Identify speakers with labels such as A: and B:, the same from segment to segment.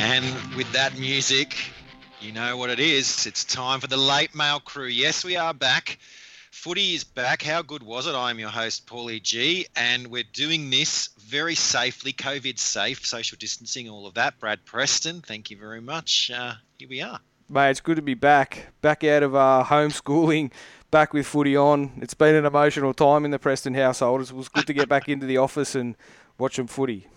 A: And with that music, you know what it is. It's time for the late mail crew. Yes, we are back. Footy is back. How good was it? I'm your host, Paulie G, and we're doing this very safely, COVID safe, social distancing, all of that. Brad Preston, thank you very much. Uh, here we are.
B: Mate, it's good to be back, back out of uh, homeschooling, back with footy on. It's been an emotional time in the Preston household. It was good to get back into the office and watch them footy.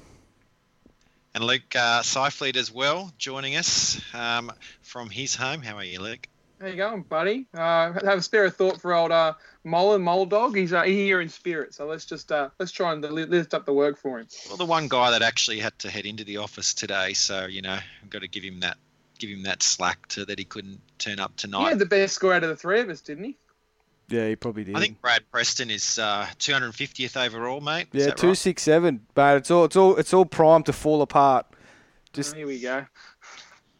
A: And Luke uh, Seifleet as well, joining us um, from his home. How are you, Luke?
C: How you going, buddy? Uh, have a spare thought for old uh, Mullen Mole Dog. He's uh, here in spirit, so let's just uh, let's try and li- lift up the work for him.
A: Well, the one guy that actually had to head into the office today, so you know, I've got to give him that give him that slack to that he couldn't turn up
C: He
A: tonight.
C: had the best score out of the three of us, didn't he?
B: Yeah, he probably did.
A: I think Brad Preston is uh, 250th overall, mate. Is
B: yeah,
A: that
B: two
A: right?
B: six seven. But it's all it's all it's all primed to fall apart.
C: Just
B: Just-
C: here we go.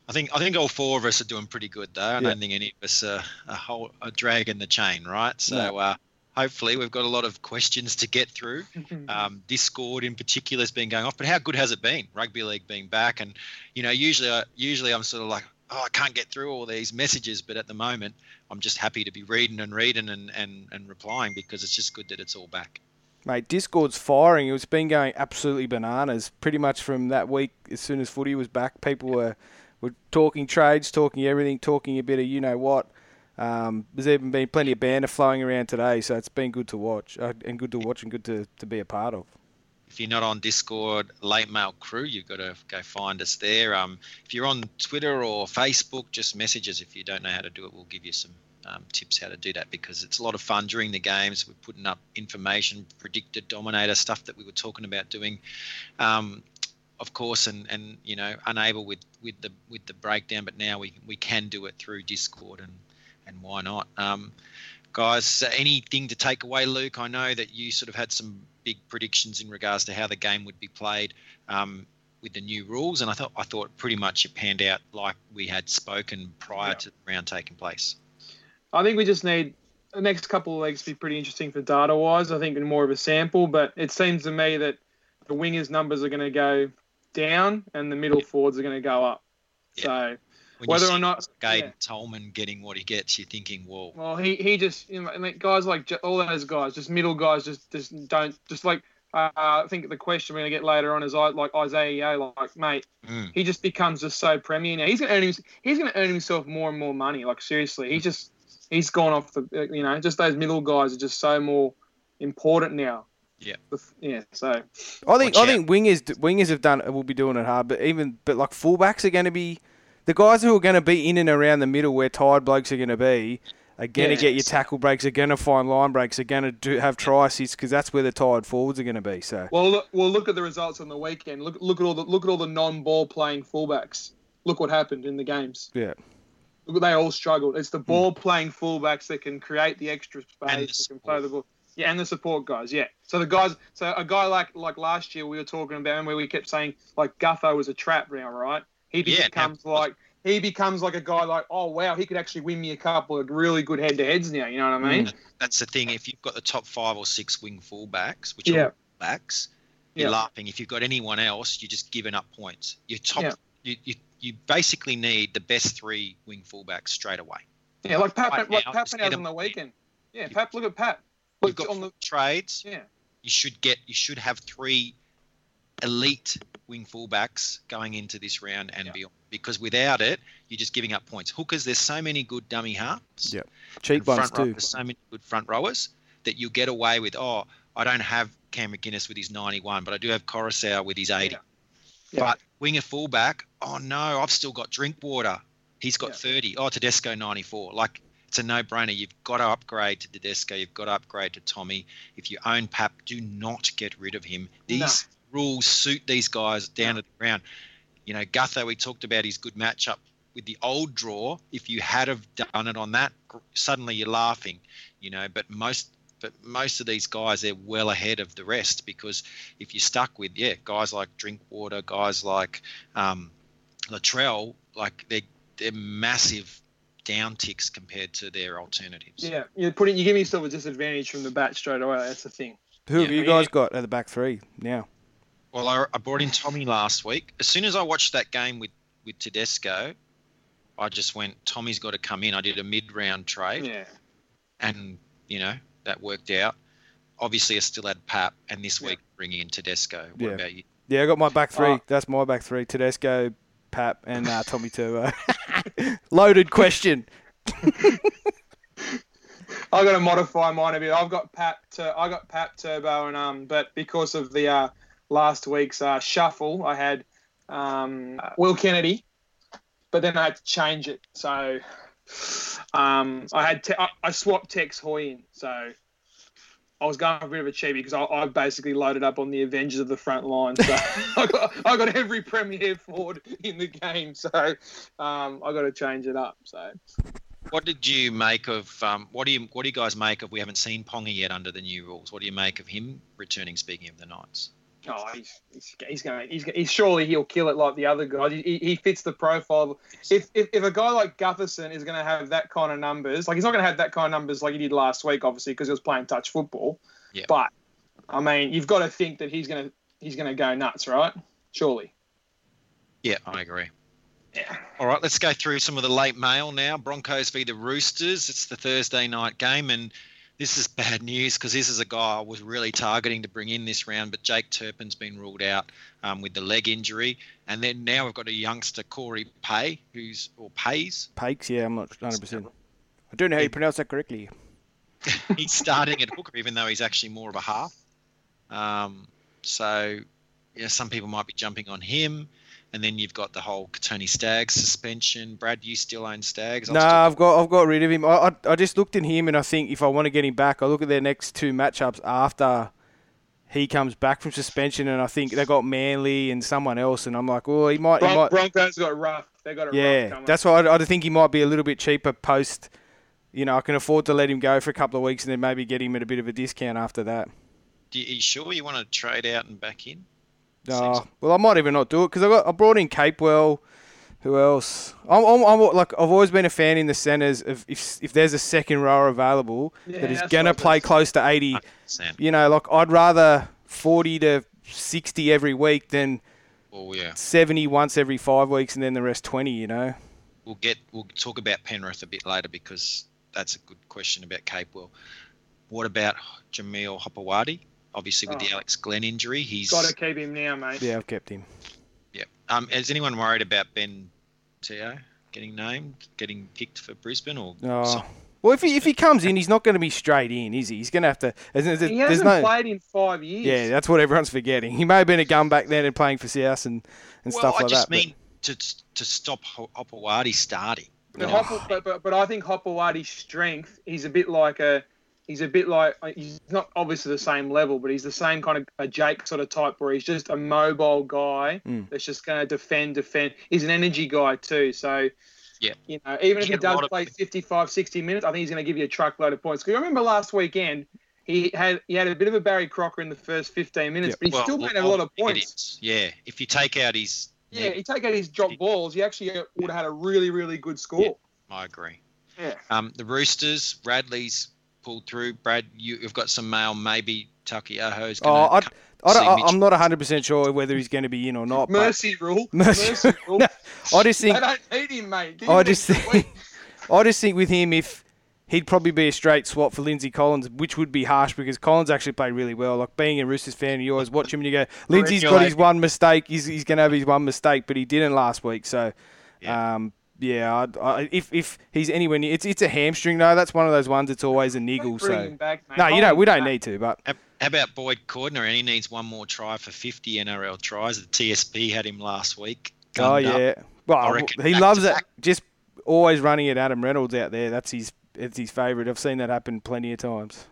A: I think I think all four of us are doing pretty good though. I
B: Yeah.
A: don't think any of us are a whole a drag in the chain, right? So
B: No.
A: uh, hopefully we've got a lot of questions to get through.
C: Hmm.
A: Um, Discord in particular has been going off, but how good has it been? Rugby league being back, and you know usually I, usually I'm sort of like. Oh, I can't get through all these messages, but at the moment, I'm just happy to be reading and reading and, and, and replying because it's just good that it's all back.
B: Mate, Discord's firing. It's been going absolutely bananas. Pretty much from that week, as soon as footy was back, people were, were talking trades, talking everything, talking a bit of you know what. Um, there's even been plenty of banter flowing around today, so it's been good to watch uh, and good to watch and good to, to be a part of.
A: If you're not on Discord, Late Mail Crew, you've got to go find us there. Um, if you're on Twitter or Facebook, just message us. If you don't know how to do it, we'll give you some um, tips how to do that because it's a lot of fun during the games. We're putting up information, predictor, dominator stuff that we were talking about doing, um, of course, and, and you know unable with, with the with the breakdown, but now we we can do it through Discord and and why not? Um, guys, anything to take away, Luke? I know that you sort of had some big predictions in regards to how the game would be played um, with the new rules, and I thought I thought pretty much it panned out like we had spoken prior
C: Yeah.
A: to the round taking place.
C: I think we just need the next couple of legs to be pretty interesting for data wise. I think in more of a sample, but it seems to me that the wingers numbers are going to go down and the middle forwards are going to go up.
A: Yeah.
C: So
A: When
C: whether
A: you see
C: or not
A: Gaden
C: yeah.
A: Tolman getting what he gets, you're thinking, "Whoa,
C: Well, he, he just you know, like, guys like J- all those guys, just middle guys, just just don't just like. Uh, I think the question we're gonna get later on is I like Isaiah, Yeo, like mate,
A: mm,
C: he just becomes just so premier now. He's gonna earn him, he's gonna earn himself more and more money. Like seriously, he's just he's gone off the uh, you know just those middle guys are just so more important now.
A: Yeah.
C: The f- yeah. So
B: I
A: Watch
B: think I think wingers wingers have done will be doing it hard, but even but like fullbacks are going to be the guys who are going to be in and around the middle where tired blokes are going to be are going to
C: Yeah.
B: get your tackle breaks, are going to find line breaks, are going to do have try assists because that's where the tired forwards are going to be. So
C: well, look, well, look at the results on the weekend. Look look at all the look at all the non-ball playing fullbacks. Look what happened in the games.
B: yeah,
C: Look, they all struggled. It's the ball playing fullbacks that can create the extra
A: Hmm. And the
C: space, that can
A: support.
C: play the ball. Yeah, and the support guys. Yeah. So the guys, so a guy like like last year we were talking about him where we kept saying like Gutho was a trap now, right? He
A: Yeah,
C: becomes
A: now-
C: like he becomes like a guy like oh wow he could actually win me a couple of really good head to heads now. You know what I mean?
A: that's the thing." If you've got the top five or six wing fullbacks, which
C: Yeah.
A: are backs, you're
C: Yeah.
A: laughing. If you've got anyone else, you're just giving up points. Your top,
C: Yeah.
A: you, you you basically need the best three wing fullbacks straight away.
C: Yeah, like Pap
A: Right
C: like
A: now,
C: Pap
A: just
C: Penhouse
A: get
C: on
A: him
C: the
A: playing.
C: weekend. Yeah,
A: You-
C: Pap. Look at Pap.
A: You've
C: Look
A: got
C: on the
A: four trades.
C: yeah.
A: You should get. You should have three elite wing fullbacks going into this round and
C: Yeah.
A: beyond. Because without it, you're just giving up points. Hookers. There's so many good dummy halves.
B: Yeah.
A: and
B: cheap ones
A: front row-
B: too.
A: There's so many good front rowers that you get away with. Oh, I don't have Cam McGuinness with his 91, but I do have Coruscant with his 80.
C: Yeah.
A: But winger fullback. Oh no, I've still got Drinkwater. He's got
C: Yeah.
A: 30. Oh, Tedesco 94. Like it's a no-brainer. You've got to upgrade to Tedesco. You've got to upgrade to Tommy. If you own Pap, do not get rid of him. These
C: No.
A: rules suit these guys down to the ground. You know, Gutho, we talked about his good matchup with the old draw. If you had have done it on that, gr- suddenly you're laughing. You know, but most but most of these guys they're well ahead of the rest because if you're stuck with yeah guys like Drinkwater, guys like um, Latrell, like they're they're massive downticks compared to their alternatives.
C: Yeah, you're putting you give yourself a disadvantage from the bat straight away. That's the thing.
B: Who have
A: Yeah.
B: you guys got at the back three now?
A: Well, I, I brought in Tommy last week. As soon as I watched that game with with Tedesco, I just went, Tommy's got to come in. I did a mid round trade,
C: Yeah.
A: and you know that worked out. Obviously, I still had Pap, and this
C: Yeah.
A: week bring in Tedesco. What
B: Yeah.
A: about you?
B: Yeah, I got my back three.
C: Uh,
B: That's my back three. Tedesco, Pap, and uh, Tommy Turbo. Loaded question.
C: I got to modify mine a bit. I've got Pat. Tur- I got Pat Turbo, and um, but because of the uh, last week's uh, shuffle, I had um, uh, Will Kennedy, but then I had to change it. So um, I had te- I, I swapped Tex Hoy in. So I was going for a bit of a cheapie because I, I basically loaded up on the Avengers of the front line. So I got I got every Premier forward in the game. So um, I got to change it up. So.
A: What did you make of um, what do you what do you guys make of? We haven't seen Ponga yet under the new rules. What do you make of him returning? Speaking of the Knights,
C: Oh, he's, he's, he's going to, he's, he's surely he'll kill it like the other guys. He, he- he fits the profile. If, if, if a guy like Gutherson is going to have that kind of numbers, like he's not going to have that kind of numbers like he did last week, obviously, because he was playing touch football.
A: Yeah.
C: But, I mean, you've got to think that he's going to, he's going to go nuts, right? Surely.
A: yeah, I agree.
C: Yeah.
A: All right, let's go through some of the late mail now. Broncos v the Roosters. It's the Thursday night game, and this is bad news because this is a guy I was really targeting to bring in this round, but Jake Turpin's been ruled out um, with the leg injury, and then now we've got a youngster Corey Pay, who's or Pays.
B: Pakes, yeah, I'm not 100%. I don't know how you pronounce that correctly.
A: He's starting at hooker, even though he's actually more of a half. Um, so, yeah, some people might be jumping on him. And then you've got the whole Tony Staggs suspension. Brad, you still own Staggs? I've
B: No,
A: still-
B: I've got I've got rid of him. I, I I just looked in him, and I think if I want to get him back, I look at their next two matchups after he comes back from suspension, and I think they got Manly and someone else, and I'm like, oh, he might, he
C: Bron-
B: might
C: Broncos got rough. They got a rough
B: yeah.
C: coming.
B: That's why I, I think he might be a little bit cheaper post. You know, I can afford to let him go for a couple of weeks, and then maybe get him at a bit of a discount after that.
A: Do you, are you sure you want to trade out and back in?
B: Oh,
A: Seems-
B: well, I might even not do it because I got I brought in Capewell. Who else? I'm, I'm, I'm like I've always been a fan in the centres of if if there's a second rower available
C: Yeah,
B: that is
C: that's
B: gonna
C: what I
B: play
C: was-
B: close to
A: Uh,
B: eighty.
A: Sam.
B: You know, like I'd rather forty to sixty every week than
A: Well, yeah,
B: seventy once every five weeks and then the rest twenty. You know.
A: we'll get we'll talk about Penrith a bit later because that's a good question about Capewell. What about Jameel Hopewadi? Obviously, with the
C: Oh.
A: Alex Glenn injury, he's
C: Got to keep him now, mate.
B: Yeah, I've kept him.
A: Yeah. Um, is anyone worried about Ben Teo getting named, getting picked for Brisbane, or
B: Oh.
A: some-
B: Well, if he if he comes in, he's not going to be straight in, is he? He's going to have to. There's, there's,
C: He
B: there's
C: hasn't
B: no.
C: played in five years.
B: Yeah, that's what everyone's forgetting. He may have been a gun back then and playing for South and, and
A: well,
B: stuff
A: I
B: like
A: just
B: that. but-
A: mean to to stop Ho- Hopewadi starting.
C: But,
B: Yeah.
C: Hopple, but, but, but I think Hopewadi's strength, he's a bit like a, he's a bit like, uh, he's not obviously the same level, but he's the same kind of a Jake sort of type where he's just a mobile guy
A: Hmm.
B: Mm.
C: that's just going to defend, defend. He's an energy guy too. So,
A: Yeah.
C: you know, even if
A: He
C: he
A: had a
C: does
A: lot of-
C: play 55, 60 minutes, I think he's going to give you a truckload of points. Because remember last weekend, he had he had a bit of a Barry Crocker in the first 15 minutes,
B: Yeah.
C: but he
A: Well,
C: still made
A: well,
C: a lot of
A: it
C: points.
A: is. Yeah, if you take out his,
C: Yeah, he take out his drop balls, he actually would have had a really, really good score.
A: I agree.
C: Yeah.
A: Um, the Roosters, Radley's pulled through. Brad, you, you've got some mail. Maybe Takiaho's
B: Oh,
A: going
B: I,
A: to.
B: I don't,
A: see
B: I,
A: Mitch-
B: I'm not 100% sure whether he's going to be in or not. But
C: Mercy rule.
B: Mercy-
C: Mercy rule.
B: I just think, Oh,
C: They don't need him, mate. Give
B: I
C: him
B: just
C: the-
B: think, I just think with him, if he'd probably be a straight swap for Lindsay Collins, which would be harsh because Collins actually played really well. Like being a Roosters fan, you always watch him and you go, Lindsay's got his
A: Regulate.
B: one mistake. He's, he's going to have his one mistake, but he didn't last week. So,
A: Yeah.
B: um, yeah, I'd- I, if if he's anywhere near, it's it's a hamstring though. That's one of those ones. It's always a niggle.
C: Bring
B: So
C: him back, mate.
B: no, you
C: Hold
B: don't.
C: him
B: We don't
C: back.
B: need to. But
A: How how about Boyd Cordner? And he needs one more try for 50 NRL tries. The TSB had him last week.
B: Oh
A: Gummed up.
B: yeah. Well,
A: I reckon
B: he
A: back
B: loves
A: to
B: it.
A: back.
B: Just always running at Adam Reynolds out there. That's his. It's his favourite. I've seen that happen plenty of times.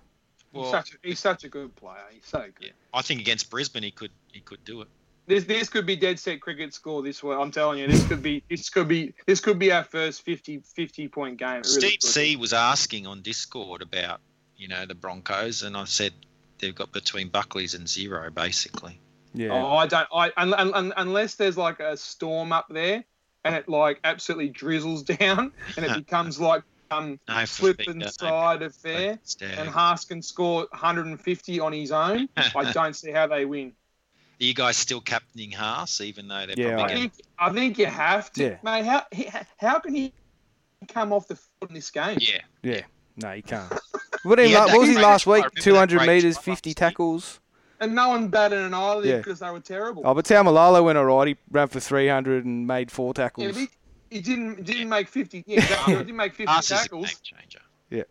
C: He's,
A: Well,
C: such a, he's such a good player. He's so good.
A: yeah. I think against Brisbane he could he could do it.
C: This this could be dead set cricket score this way. I'm telling you, this could be this could be this could be our first 50, 50 point game. It really
A: Steve
C: could.
A: C was asking on Discord about you know the Broncos, and I said they've got between Buckley's and zero basically.
B: Yeah.
C: Oh, I don't. I un, un, un- unless there's like a storm up there, and it like absolutely drizzles down, and it becomes like um
A: No,
C: flip
A: Fafita,
C: and
A: no,
C: side affair.
A: Staggs.
C: And Haas can score 150 on his own. I don't see how they win.
A: Are you guys still captaining Haas, even though they're
B: Yeah, I
A: probably
C: I
B: am.
A: getting,
C: think I think you have to,
B: Yeah.
C: mate. How he, how can he come off the field in this game?
A: yeah,
B: No, you can't. What, did he
A: He had
B: la-
A: that
B: what was he
A: great-
B: last
A: I
B: week?
A: remember that
B: 200
A: great
B: metres,
A: try
B: 50
A: last week.
B: taggles.
C: And no one batted an eyelid
B: Yeah.
C: because they were terrible.
B: Oh, but Taumalolo went all right. He ran for 300 and made four
C: yeah,
B: tackles.
C: but he, he didn't didn't make fifty. Yeah, exactly. he didn't make fifty
A: Haas is a game
C: tackles.
A: changer.
B: Yeah.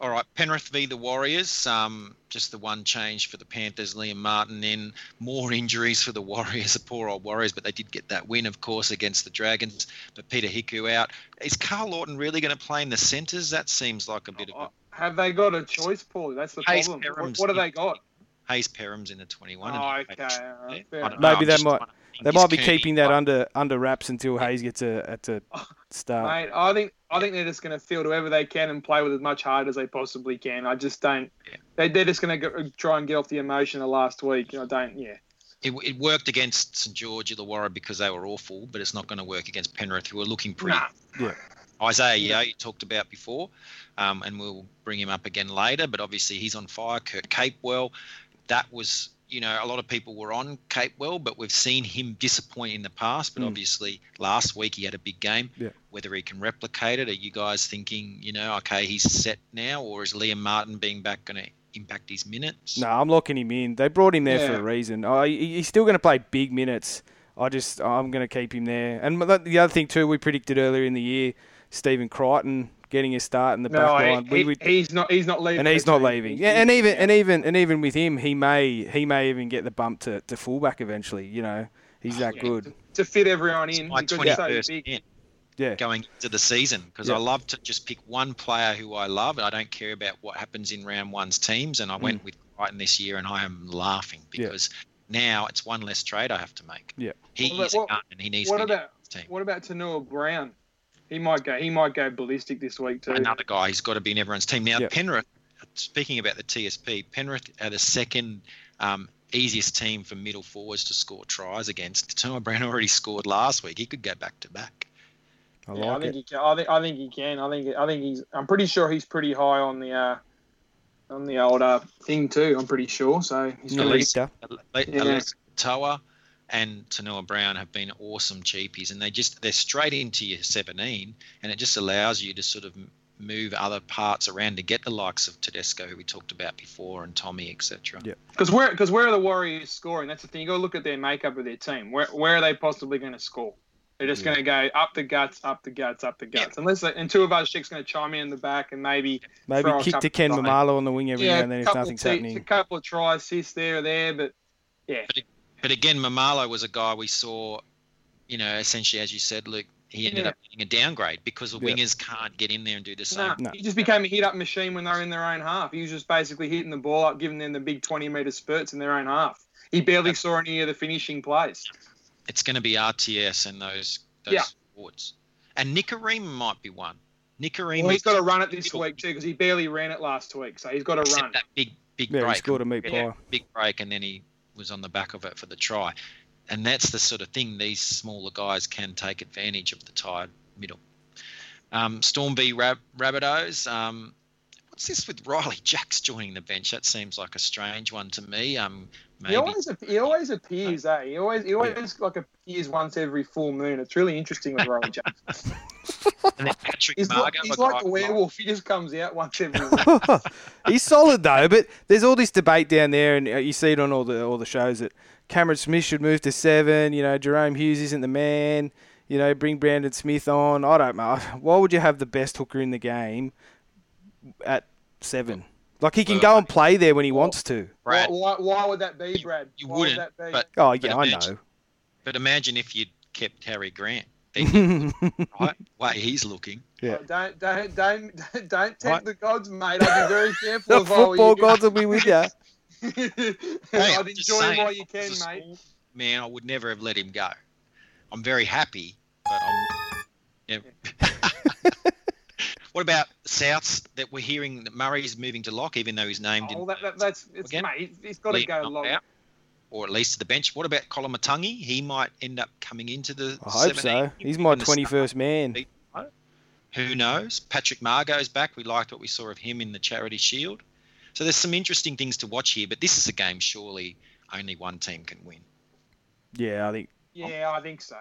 A: All right, Penrith v the Warriors. Um, just the one change for the Panthers. Liam Martin in more injuries for the Warriors. The poor old Warriors, but they did get that win, of course, against the Dragons. But Peter Hiku out. Is Carl Lawton really going to play in the centres? That seems like a bit of a
C: Oh, Have they got a choice, Paul? That's the
A: Hayes
C: problem. What,
A: Perham's
C: what have
A: in-
C: they got?
A: Hayes Perham's in the 21. and
C: Oh,
A: he
C: okay.
A: played the
C: all right,
A: Yeah,
C: fair
A: I
C: enough.
A: don't know,
B: Maybe
A: I'm
B: they
A: just
B: might-
A: wondering,
B: They
A: is
B: might be
A: Kearney
B: keeping that
A: like-
B: under under wraps until Hayes gets a at the start.
C: Mate, I think I think they're just going to field whoever they can and play with as much heart as they possibly can. I just don't.
A: Yeah.
C: They, they're just going to try and get off the emotion of last week. I don't. Yeah.
A: It, it worked against St George at the Warrior because they were awful, but it's not going to work against Penrith, who are looking pretty.
C: Nah.
A: Isaiah yeah.
C: Yeah.
A: you talked about before, um, and we'll bring him up again later. But obviously, he's on fire. Kurt Capewell, that was, you know, a lot of people were on Capewell, but we've seen him disappoint in the past. But
B: Mm.
A: obviously, last week he had a big game.
B: Yeah.
A: Whether he can replicate it, are you guys thinking, you know, okay, he's set now, or is Liam Martin being back going to impact his minutes?
B: No, I'm locking him in. They brought him there for
C: Yeah.
B: a reason. I, he- he's still going to play big minutes. I just I'm going to keep him there. And the the other thing too, we predicted earlier in the year, Stephen Crichton getting a start in the back
C: No, he-
B: line. We-
C: he-
B: we-
C: he's not. He's not leaving.
B: and he's
C: the
B: not
C: team.
B: leaving.
C: He's-
B: Yeah, and even and even and even with him, he may he may even get the bump to, to fullback eventually. You know, he's that
C: yeah,
B: good.
C: To, to fit everyone
A: It's
C: in,
A: my
C: because he's so
A: 21st
C: big.
A: man
B: Yeah,
A: going into the season because
B: Yeah.
A: I love to just pick one player who I love and I don't care about what happens in round one's teams. And I went with Brighton this year and I am laughing
B: Mm. Yeah.
A: because now it's one less trade I have to make.
B: Yeah.
A: He
C: Well, but
A: is a
C: what-
A: gun and he needs
C: What
A: to be in
C: about
A: his team.
C: what about Tanua Brown? He might go. He might go ballistic this week too.
A: Another guy who's got to be in everyone's team. Now,
B: Yeah.
A: Penrith, speaking about the TSP, Penrith are the second um, easiest team for middle forwards to score tries against. Tino Brown already scored last week. He could go back to back.
B: I
C: yeah, I
B: like
C: think
B: it.
C: he can. I think I think he can. I think I think he's. I'm pretty sure he's pretty high on the uh, on the old uh, thing too. I'm pretty sure. So he's
A: Yeah,
C: gonna-
A: least-
B: Leader.
A: Ale-
C: Yeah.
A: Alex Toa and Tanoa Brown have been awesome cheapies, and they just they're straight into your 17, and it just allows you to sort of m- move other parts around to get the likes of Tedesco, who we talked about before, and Tommy, etc.
B: Yeah.
C: Because where because where are the Warriors scoring? That's the thing. You got to look at their makeup of their team. Where where are they possibly going to score? They're just
B: Yeah.
C: going to go up the guts, up the guts, up the guts. Unless they, and two of us chicks going to chime in in the back and maybe
B: Maybe
C: throw a
B: kick to
C: couple
B: Ken
C: of-
B: Mamalo on the wing every
C: yeah,
B: now and then
C: a
B: if
C: couple
B: nothing's
C: of,
B: happening.
C: a couple of try assists there or there, but
A: But again, Mamalo was a guy we saw, you know, essentially as you said, Luke, he ended
C: Yeah.
A: up getting a downgrade because the
B: Yeah.
A: wingers can't get in there and do the same.
C: no,
B: No.
C: he just became a hit up machine when they were in their own half. He was just basically hitting the ball up, giving them the big twenty meter spurts in their own half. He barely saw any of the finishing plays.
A: It's going to be RTS and those those
C: Yeah.
A: forwards, and Nicarima might be one. Nicarima,
C: Well, he's got to run it this week too because he barely ran it last week, so he's got to run.
A: that big big
B: Yeah, he
A: break.
B: scored a meat
C: Yeah.
B: pie.
A: big break and then he was on the back of it for the try. And that's the sort of thing these smaller guys can take advantage of the tired middle. Um, Storm v Rab- Rabbitohs. Um, what's this with Riley Jacks joining the bench? That seems like a strange one to me. Um, maybe
C: He always ap- he always appears, eh? He always he always like appears once every full moon. It's really interesting with Riley James.
A: and then Patrick
C: He's like,
A: Margo,
C: he's
A: a guy
C: like a
A: I like.
C: werewolf. He just comes out once every. week.
B: He's solid though, but there's all this debate down there, and uh, you see it on all the all the shows that Cameron Smith should move to seven. You know, Jerome Hughes isn't the man. You know, bring Brandon Smith on. I don't know. Why would you have the best hooker in the game at seven? Like he can go and play there when he wants to.
A: Brad.
C: Why, why, why would that be, Brad?
A: You
C: Why
A: wouldn't,
C: that be?
A: but-
B: Oh yeah, I
A: imagine-
B: know.
A: But imagine if you'd kept Harry Grant. Then,
B: yeah,
A: right? Way he's looking.
B: yeah.
C: Oh, Don't don't don't don't tempt
B: What?
C: the gods, mate. I'd be very careful
B: The
C: of all
B: football
C: you.
B: gods will be with you.
A: Hey,
C: I'd
A: I'm just
C: enjoy him
A: saying,
C: while you can,
A: as a
C: mate.
A: small Man, I would never have let him go. I'm very happy, but I'm. Yeah. what about Souths that we're hearing that Murray's moving to lock, even though his name
C: Oh,
A: didn't.
C: that, that, that's it's,
A: Again?
C: mate. He's got to
A: leave
C: go
A: him
C: long.
A: out, or at least to the bench. What about Colin Matungi? He might end up coming into the.
B: I hope so.
A: 17.
B: He's my
A: In the start.
B: 21st man.
A: Who knows? Patrick Margot's back. We liked what we saw of him in the Charity Shield. So there's some interesting things to watch here, but this is a game surely only one team can win.
B: Yeah, I think
C: Yeah, I think so.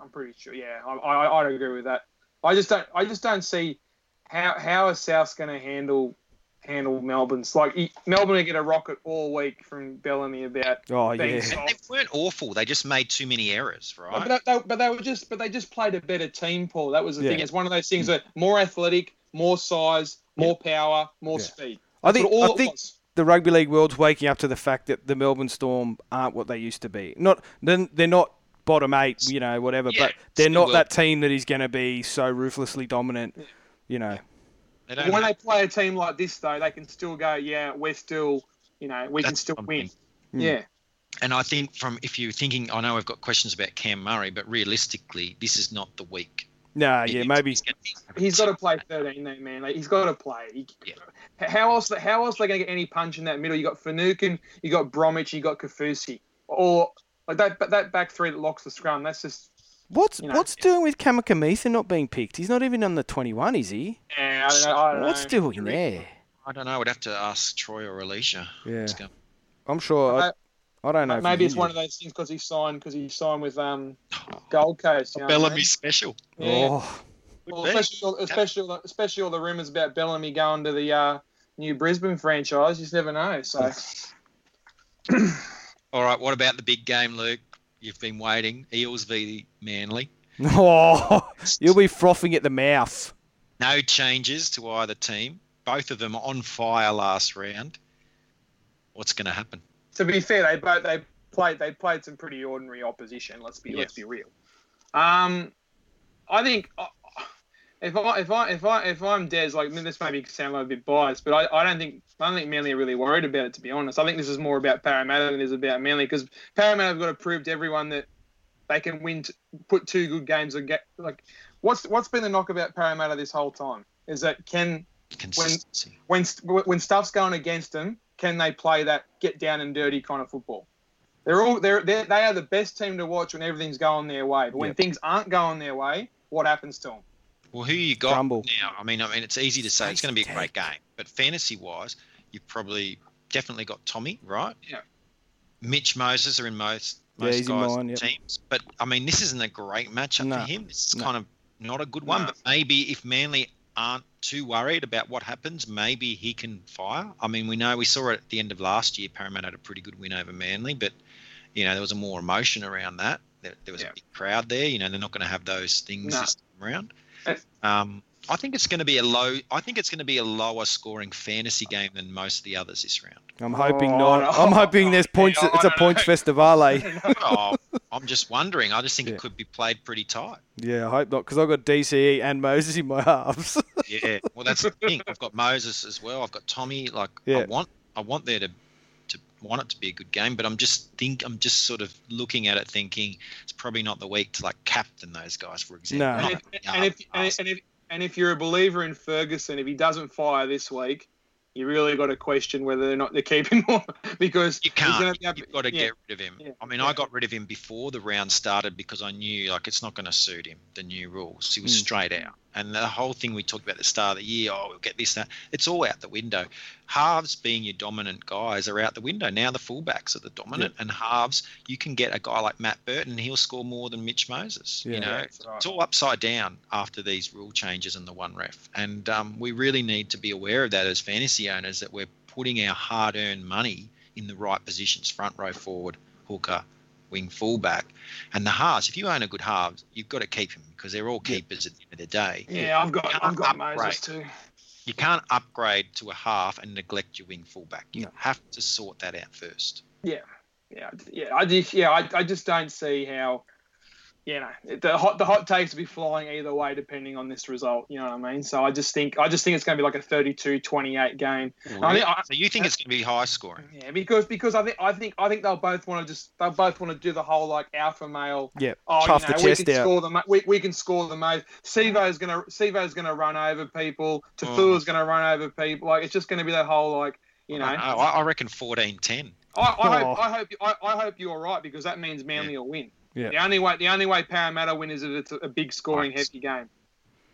C: I'm pretty sure. Yeah, I, I I'd agree with that. I just don't I just don't see how how is South going to handle handle Melbourne's like e- Melbourne are get a rocket all week from Bellamy about
B: Oh
C: being
B: yeah.
A: And they
C: soft.
A: weren't awful. They just made too many errors, right?
C: But, they, but they were just but they just played a better team, Paul. That was the
B: Yeah.
C: thing. It's one of those
A: Hmm.
C: things where more athletic, more size, more power, more
B: Yeah.
C: speed.
B: I
C: That's
B: think
C: what all
B: I
C: it
B: think
C: was.
B: the rugby league world's waking up to the fact that the Melbourne Storm aren't what they used to be. Not then they're not bottom eight, you know, whatever.
A: Yeah,
B: but they're
A: still
B: not
A: will.
B: that team that is going to be so ruthlessly dominant. You know,
A: They don't
C: When
A: have-
C: they play a team like this, though, they can still go. Yeah, we're still, you know, we can
A: That's
C: still win.
A: something.
B: Mm.
C: Yeah,
A: and I think from if you're thinking, I know I've got questions about Cam Murray, but realistically, this is not the week.
B: nah, Uh, yeah, maybe.
A: He's gonna be-
C: he's got to play 13 though, man. Like, he's got to play. He-
A: Yeah.
C: How else? How else are they going to get any punch in that middle? You got Fanukin, you got Bromwich, you got Kafusi, or like that. But that back three that locks the scrum. That's just.
B: What's
C: You know.
B: what's doing with Kamakamitha not being picked? He's not even on the 21, is he?
C: Yeah, I don't know. I don't
B: What's
C: know.
B: doing there?
A: I don't know. I would have to ask Troy or Alicia.
B: Yeah,
A: Let's go.
B: I'm sure. I, I don't know. if
C: Maybe
B: he's
C: it's one of
B: injured.
C: those things because he signed because he signed with um Gold Coast. You know what I
A: Oh, Bellamy special.
C: mean? Yeah.
B: Oh,
C: Well, uh, especially, all, especially, all the, especially all the rumors about Bellamy going to the uh, new Brisbane franchise. You just never know. So
A: All right. What about the big game, Luke? You've been waiting. Eels v Manly.
B: oh, you'll be frothing at the mouth.
A: No changes to either team. Both of them on fire last round. What's going to happen?
C: to be fair, they both they played they played some pretty ordinary opposition. Let's be let's be real. Um, I think uh, if I if I if I if I'm Des, like I mean, this maybe sound like a bit biased, but I, I don't think I don't think Manly are really worried about it. To be honest, I think this is more about Parramatta than it is about Manly because Parramatta have got to prove to everyone that they can win, t- put two good games and get like what's what's been the knock about Parramatta this whole time is that can
A: Consistency.
C: when when stuff's going against them, can they play that get down and dirty kind of football? They're all they're, they're they are the best team to watch when everything's going their way. But when
B: Yep.
C: things aren't going their way, what happens to them?
A: Well, who you got
B: Crumble.
A: now? I mean, I mean, it's easy to say it's
B: Space
A: going to be a great
B: tech.
A: game, but fantasy-wise, you've probably definitely got Tommy, right?
C: Yeah.
A: Mitch Moses are in most
B: Yeah,
A: most
B: he's in
A: guys'
B: mine, yep.
A: teams, but I mean, this isn't a great matchup
B: No.
A: for him. This is
B: No.
A: kind of not a good one,
C: No.
A: but maybe if Manly aren't too worried about what happens, maybe he can fire. I mean, we know we saw it at the end of last year. Parramatta had a pretty good win over Manly, but you know there was a more emotion around that. There, there was
C: Yeah.
A: a big crowd there. You know, they're not going to have those things
C: No.
A: this time around.
C: Uh,
A: Um, I think it's going to be a low. I think it's going to be a lower scoring fantasy game than most of the others this round.
B: I'm hoping
C: Oh,
B: not.
C: no.
B: I'm hoping there's points.
C: Yeah, I
B: It's a
C: don't
B: points
C: know.
B: festival. eh?
A: oh, I'm just wondering. I just think
B: Yeah.
A: it could be played pretty tight.
B: Yeah, I hope not, because I've got DCE and Moses in my halves.
A: Yeah. Well, that's the thing. I've got Moses as well. I've got Tommy. Like
B: Yeah.
A: I want. I want there to, to want it to be a good game. But I'm just think. I'm just sort of looking at it, thinking it's probably not the week to like captain those guys, for example.
B: No.
A: Not
C: and, if,
A: that
C: and, if,
A: they are
C: and, if, and if and if you're a believer in Ferguson, if he doesn't fire this week, you really got to question whether or not they're keeping him on because
A: You
C: He's gonna
A: can't.
C: be up-
A: You've got to
C: yeah.
A: get rid of him.
C: Yeah.
A: I mean,
C: Yeah.
A: I got rid of him before the round started because I knew like it's not going to suit him. The new rules. He was
C: Hmm.
B: Mm.
A: straight out, and the whole thing we talked about at the start of the year. Oh, we'll get this. That. It's all out the window. Halves being your dominant guys are out the window now. The fullbacks are the dominant, and halves you can get a guy like Matt Burton. He'll score more than Mitch Moses.
B: Yeah.
A: You know,
C: Yeah, that's right.
A: it's all upside down after these rule changes and the one ref. And um, we really need to be aware of that as fantasy owners that we're putting our hard earned money in the right positions front row forward, hooker, wing fullback. And the halves, if you own a good halves, you've got to keep him because they're all keepers at the end of the day.
C: yeah, I've got I've got
A: Right.
C: Moses too.
A: You can't upgrade to a half and neglect your wing fullback. You
B: No.
A: have to sort that out first.
C: Yeah, yeah, I just yeah, I, I just don't see how. You know, the hot the hot takes will be flying either way depending on this result. You know what I mean? So I just think I just think it's going to be like a 32-28 game. I think I,
A: So you think it's going to be high scoring?
C: yeah, because because I think I think I think they'll both want to just they'll both want to do the whole like alpha male.
B: yeah,
C: Oh,
B: Puff
C: you know,
B: the
C: we
B: chest
C: can
B: out.
C: score the mo- we, we can score the most. Sivo's gonna Sivo's gonna run over people.
B: Mm.
C: Tafua's gonna run over people. Like it's just gonna be that whole like you know.
A: I, don't know. I I reckon 14 10.
C: I, I
B: Oh.
C: hope I hope I, I hope you're right because that means Manly will win.
B: Yeah.
C: The only way the only way Parramatta win is if it's a- a big scoring heavy game.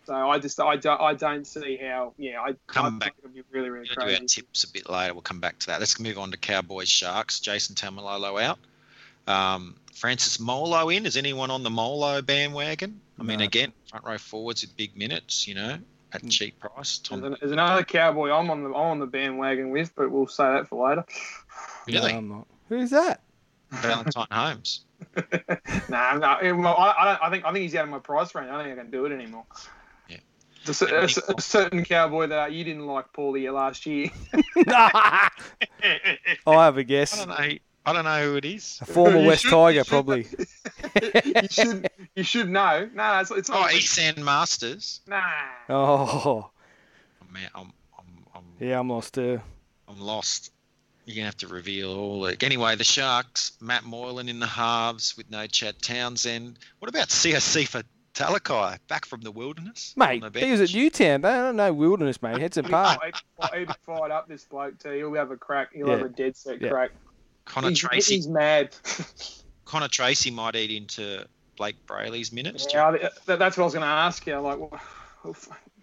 C: So I just I, do, I don't see how. Yeah, I
A: Come
C: I
A: back.
C: Think it'll be really really
A: We're going to do our
C: crazy.
A: tips a bit later. We'll come back to that. Let's move on to Cowboys Sharks. Jason Tamalolo out. Um, Francis Molo in. Is anyone on the Molo bandwagon? I mean,
B: No.
A: again, front row forwards with big minutes, you know, at
B: Mm.
A: cheap price. Tom,
C: There's an- there's another cowboy I'm on the I'm on the bandwagon with, but we'll say that for later.
A: really?
B: No, I'm not. Who's that?
A: Valentine Holmes.
C: Nah, nah eh, well, I, I, don't- I think I think he's out of my price range. I don't think I can do it anymore.
A: Yeah.
C: There's a, there's a certain cowboy that uh, you didn't like, Paulie, last year.
B: I have a
A: I
B: guess.
A: don't know. I don't know who it is.
B: A former
C: You
B: West
C: should-
B: Tiger,
C: you should-
B: probably.
C: you should you should know. No, no, it's, it's
A: Oh,
C: not.
A: Esan Masters.
C: nah.
B: Oh,
A: I'm, out- I'm, I'm, I'm,
B: yeah, I'm lost uh, too.
A: I'm lost. You're gonna have to reveal all. The... Anyway, the Sharks. Matt Moylan in the halves with no Chad Townsend. What about CSC for Talakai back from the wilderness?
B: Mate,
A: On the
B: he was at
A: bench?
B: Newtown. They don't know wilderness, mate. Hudson Park.
C: He'd, he'd be fired up this bloke too. He'll have a crack. He'll
B: Yeah.
C: have a dead set
B: Yeah.
C: crack.
A: Connor
C: he's,
A: Tracy.
C: he's mad.
A: Connor Tracy might eat into Blake Brayley's minutes.
C: yeah, I- that, that's what I was going to ask you. Like, what,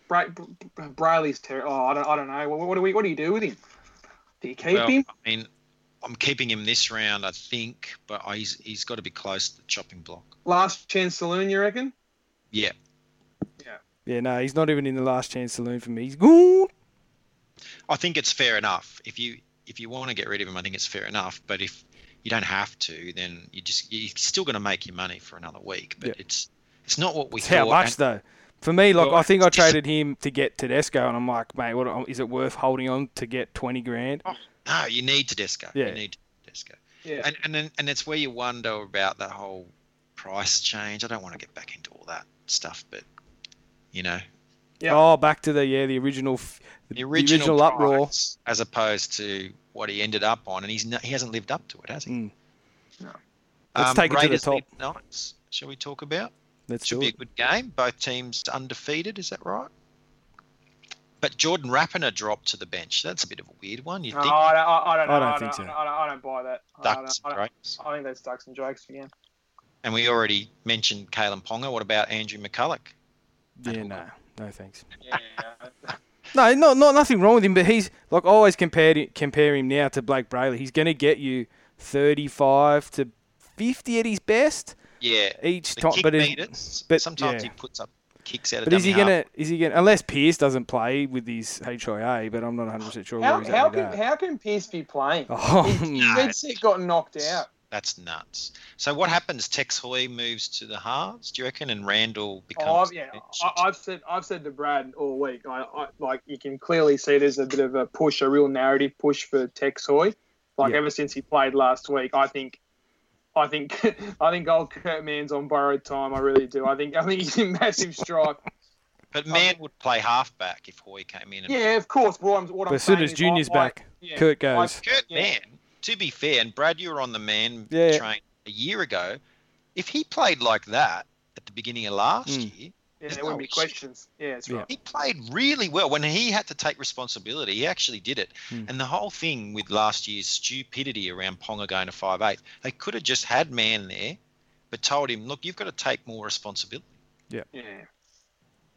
C: Bra- Bra- Brayley's terrible. Oh, I don't, I don't know. What, what do we? What do you do with him? Do you keep
A: Well,
C: him?
A: I mean, I'm keeping him this round, I think, but I, he's he's got to be close to the chopping block.
C: Last chance saloon, you reckon?
A: Yeah.
B: Yeah, no, he's not even in the last chance saloon for me. He's gone.
A: I think it's fair enough. If you if you want to get rid of him, I think it's fair enough. But if you don't have to, then you just you're still going to make your money for another week. But
B: Yeah.
A: it's it's not what we
B: It's
A: thought.
B: how much
A: and
B: though? For me, like
A: Well,
B: I think I
A: it's just-
B: traded him to get Tedesco, and I'm like, mate, what um, is it worth holding on to get twenty grand?
A: Oh. no, you need Tedesco.
B: Yeah.
A: You need Tedesco.
C: Yeah.
A: And and then, and it's where you wonder about that whole price change. I don't want to get back into all that stuff, but you know,
C: Yeah.
B: Oh, back to the yeah, the original, f-
A: the original,
B: uproar.
A: price as opposed to what he ended up on, and he's no, he hasn't lived up to it, has he? Um,
B: Mm.
C: No.
B: Let's take it to the
A: Raiders
B: top.
A: lead Knights, shall we talk about?
B: Let's
A: Should
B: do
A: be a
B: it.
A: good game. Both teams undefeated, is that right? But Jordan Rapiner dropped to the bench. That's a bit of a weird one. You
C: No,
A: think
C: I, don't, I, I don't know.
B: I
C: I
B: don't
C: don't,
B: think so.
C: I don't, I don't, I don't buy that. I don't-
A: ducks
C: I,
A: and
C: don't,
A: drakes.
C: I think that's ducks and jokes again.
A: And we already mentioned Kalen Ponga. What about Andrew McCulloch?
B: Yeah, no, no thanks.
C: Yeah.
B: No, not not nothing wrong with him, but he's like I always compared it- compare him now to Blake Brayley. He's going to get you thirty five to fifty at his best
A: Yeah,
B: each
A: the
B: time.
A: kick
B: But is-
A: meters.
B: but,
A: Sometimes
B: yeah.
A: he puts up kicks out of.
B: but is he
A: dummy half.
B: gonna is he gonna unless Pierce doesn't play with his HIA? But I'm not 100 percent sure where
C: How,
B: he's
C: how,
B: at with
C: can,
B: that.
C: how can Pierce be playing?
B: Oh,
C: Redsick got knocked out.
A: That's nuts. So what happens? Tex Hoy moves to the halves, do you reckon? And Randall
C: Oh,
A: becomes.
C: I've, yeah,
A: benched?
C: I, I've said I've said to Brad all week. I, I like you can clearly see there's a bit of a push, a real narrative push for Tex Hoy. Like
B: Yeah.
C: ever since he played last week, I think, I think, I think old Kurt Mann's on borrowed time. I really do. I think I think he's in massive strife.
A: but Man would play halfback if Hoy came in. And,
C: yeah, of course. What I'm, what
B: but
C: I'm
B: as soon
C: saying
B: as
C: is
B: Junior's
C: I- I-
B: back,
C: yeah,
B: Kurt
C: I-
B: goes.
A: Kurt
C: yeah.
A: Man, to be fair, and Brad, you were on the Man
B: Yeah.
A: train a year ago. If he played like that at the beginning of last
C: Hmm.
B: Mm.
A: year,
C: Yeah,
A: There's
C: there wouldn't
A: no
C: be
A: issue.
C: questions. Yeah, that's
B: Yeah.
C: right.
A: he played really well. When he had to take responsibility, he actually did it.
C: Hmm.
B: Mm.
A: And the whole thing with last year's stupidity around Ponga going to five eight, they could have just had Man there, but told him, look, you've got to take more responsibility.
C: Yeah.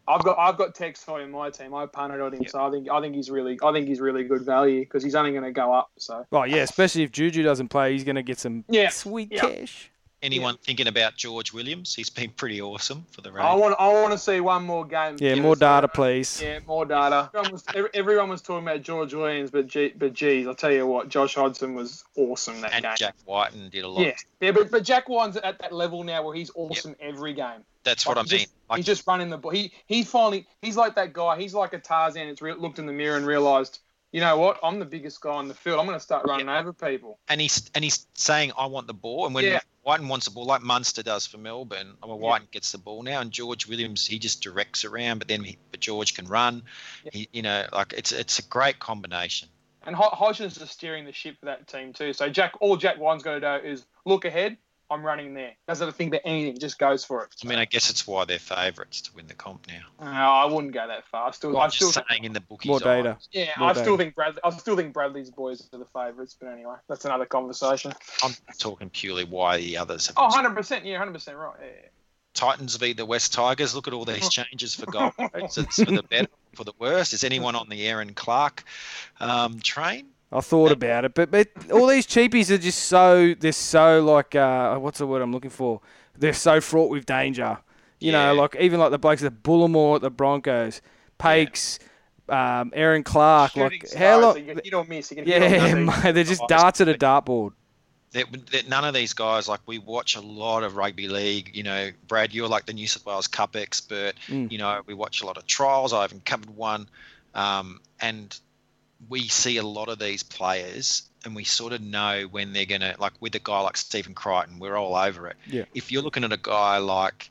C: I've got I've got Tex Hoy in my team. I punted on him,
A: Yeah.
C: so I think I think he's really I think he's really good value because he's only going to go up. So
B: Well, Oh, yeah, especially if Juju doesn't play, he's going to get some
C: Yeah,
B: sweet
C: yeah.
B: cash.
A: Anyone thinking about George Williams? He's been pretty awesome for the
C: I
A: Raiders.
C: want I want to see one more game.
B: Yeah,
C: Give
B: more
C: us that.
B: data, please.
C: Yeah, more data. Everyone was, ev- everyone was talking about George Williams, but gee, but geez, I'll tell you what, Josh Hodgson was awesome that
A: and
C: game.
A: Jack Whiten did a lot.
C: yeah, yeah, but, but Jack Wine's at that level now where he's awesome every game.
A: That's what I
C: Like,
A: mean.
C: he just-
A: Like,
C: he's just running the ball. He he's finally he's like that guy. He's like a Tarzan. It's re- looked in the mirror and realized, you know what? I'm the biggest guy on the field. I'm going to start running over people.
A: and he's and he's saying, "I want the ball." And when
C: Yeah.
A: Whiten wants the ball, like Munster does for Melbourne, well,
C: Yeah.
A: Whiten gets the ball now, and George Williams he just directs around, but then he, but George can run.
C: Yeah.
A: He, you know, like it's it's a great combination.
C: And Ho- Hodgson's just steering the ship for that team too. So Jack, all Jack Wine's got to do is look ahead. I'm running there. Doesn't think about anything. Just goes for it.
A: I mean, I guess it's why they're favourites to win the comp now.
C: No, I wouldn't go that far. I Still, I
A: I'm
C: still,
A: just saying in the bookies.
B: More
A: eye.
B: data.
C: yeah,
B: more
C: I
B: data.
C: still think Bradley. I still think Bradley's boys are the favourites. But anyway, that's another conversation.
A: I'm talking purely why the others. Have
C: Oh, 100 percent. Yeah, hundred percent right. Yeah, yeah.
A: Titans v the West Tigers. Look at all
C: Oh.
A: these changes for goal rates. It's for the better, for the worse. Is anyone on the Aaron Clark um, train?
B: I thought about it, but, but all these cheapies are just so they're so like uh, what's the word I'm looking for? They're so fraught with danger. You
A: Yeah.
B: know, like even like the blokes at the Bullimore at the Broncos, Pakes, um, Aaron Clark. like how long?
C: You can hit or miss. You can hit or
B: yeah,
C: nothing. Oh,
B: mate, they're just darts at a dartboard.
A: that, that none of these guys like we watch a lot of rugby league you know brad you're like the new south wales cup expert
B: Mm.
A: you know we watch a lot of trials i haven't covered one um, and we see a lot of these players and we sort of know when they're gonna like with a guy like stephen crichton we're all over it
B: Yeah.
A: if you're looking at a guy like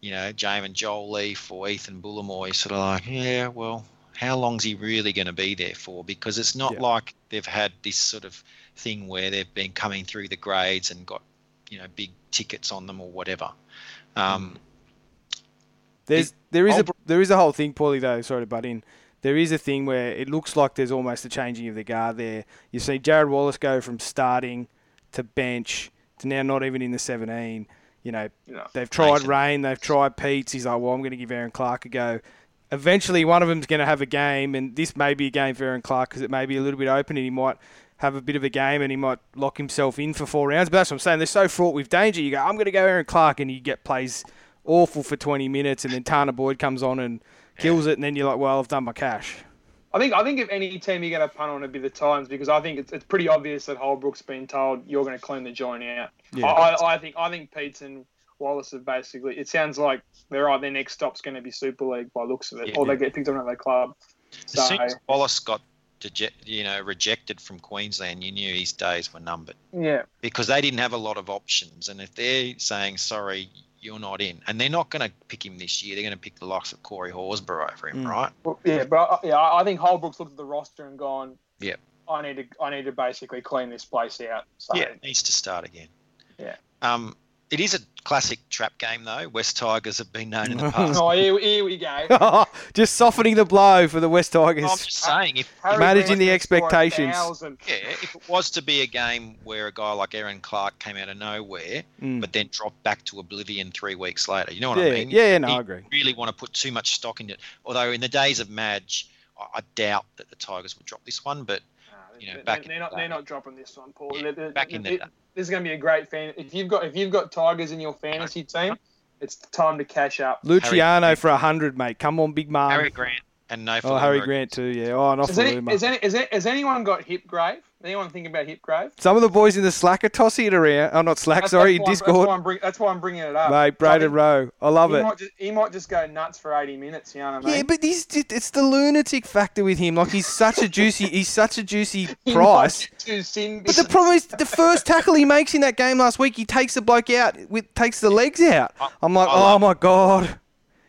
A: you know jamin joel leaf or ethan bullimore you're sort of like yeah well how long's he really going to be there for? Because it's not
B: Yeah.
A: like they've had this sort of thing where they've been coming through the grades and got you know big tickets on them or whatever. Um,
B: There's there is a
A: Albright-
B: there is a whole thing, Paulie. Though sorry to butt in, there is a thing where it looks like there's almost a changing of the guard there. You see Jared Wallace go from starting to bench to now not even in the 17. You know
C: You know.
B: they've tried
A: Nathan.
B: Rain, they've tried Pete's. He's like, well, I'm going to give Aaron Clark a go. Eventually, one of them's going to have a game, and this may be a game for Aaron Clark because it may be a little bit open, and he might have a bit of a game, and he might lock himself in for four rounds. But that's what I'm saying. They're so fraught with danger. You go, I'm going to go Aaron Clark, and you get plays awful for 20 minutes, and then Tana Boyd comes on and kills it, and then you're like, well, I've done my cash.
C: I think I think if any team you're going to punt on it'd be the Titans because I think it's, it's pretty obvious that Holbrook's been told you're going to clean the joint out.
B: Yeah.
C: I, I, I think I think Pete's and Wallace have basically. It sounds like they're right. Their next stop's going to be Super League by looks of it,
A: Yeah.
C: or they get picked up another club. So
A: as soon as Wallace got deje- you know rejected from Queensland, you knew his days were numbered
C: yeah,
A: because they didn't have a lot of options. And if they're saying sorry, you're not in, and they're not going to pick him this year. They're going to pick the likes of Corey Horsburgh over him,
B: Mm.
A: right?
C: Well, yeah, but I, yeah, I I think Holbrook's looked at the roster and gone.
A: Yeah.
C: I need to I need to basically clean this place out. So
A: Yeah, it needs to start again.
C: Yeah.
A: Um, it is a classic trap game though. West Tigers have been known in the past.
C: Oh, here, here we go.
B: Just softening the blow for the West Tigers.
A: I'm just saying, if
C: Harry
B: Managing the
C: Grant's gonna score a
B: expectations.
C: thousand.
A: yeah, if it was to be a game where a guy like Aaron Clark came out of nowhere,
B: Mm.
A: but then dropped back to oblivion three weeks later, you know what
B: yeah,
A: I mean?
B: yeah, no,
A: He-
B: I agree.
A: Really want to put too much stock in it. Although in the days of Madge, I, I doubt that the Tigers would drop this one, but
C: Nah,
A: You know,
C: they-
A: back
C: they-
A: in
C: they're
A: the
C: not
A: day.
C: they're not dropping this one, Paul.
A: Yeah,
C: They're- they're-
A: back in the
C: it-
A: day.
C: this is going to be a great fan. If you've got if you've got Tigers in your fantasy team, it's time to cash up.
B: Luciano for a 100, mate. Come on, big man.
A: Harry Grant and no.
B: Um, Oh, Harry Grant too, yeah. Oh, and off
C: Has,
B: the
C: any,
B: loo, mate.
C: has, any, has, any- has anyone got Hipgrave? Anyone think about Hipgrave?
B: Some of the boys in the Slacker tossing it around. Oh, not Slack, sorry, in
C: why I'm- That's why,
B: Discord.
C: I'm bring, that's why I'm bringing it up.
B: Mate,
C: I
B: Braden
C: think
B: Rowe. I love
C: he
B: it.
C: Might just, he might just go nuts for 80 minutes, you know what I mean?
B: Yeah, but he's, it's the lunatic factor with him. Like, he's such a juicy, he's such a juicy
C: He might
B: price.
C: get too sin
B: But the problem is, the first tackle he makes in that game last week, he takes the bloke out, with takes the legs out. I'm like,
A: I
B: oh
A: love-
B: my god.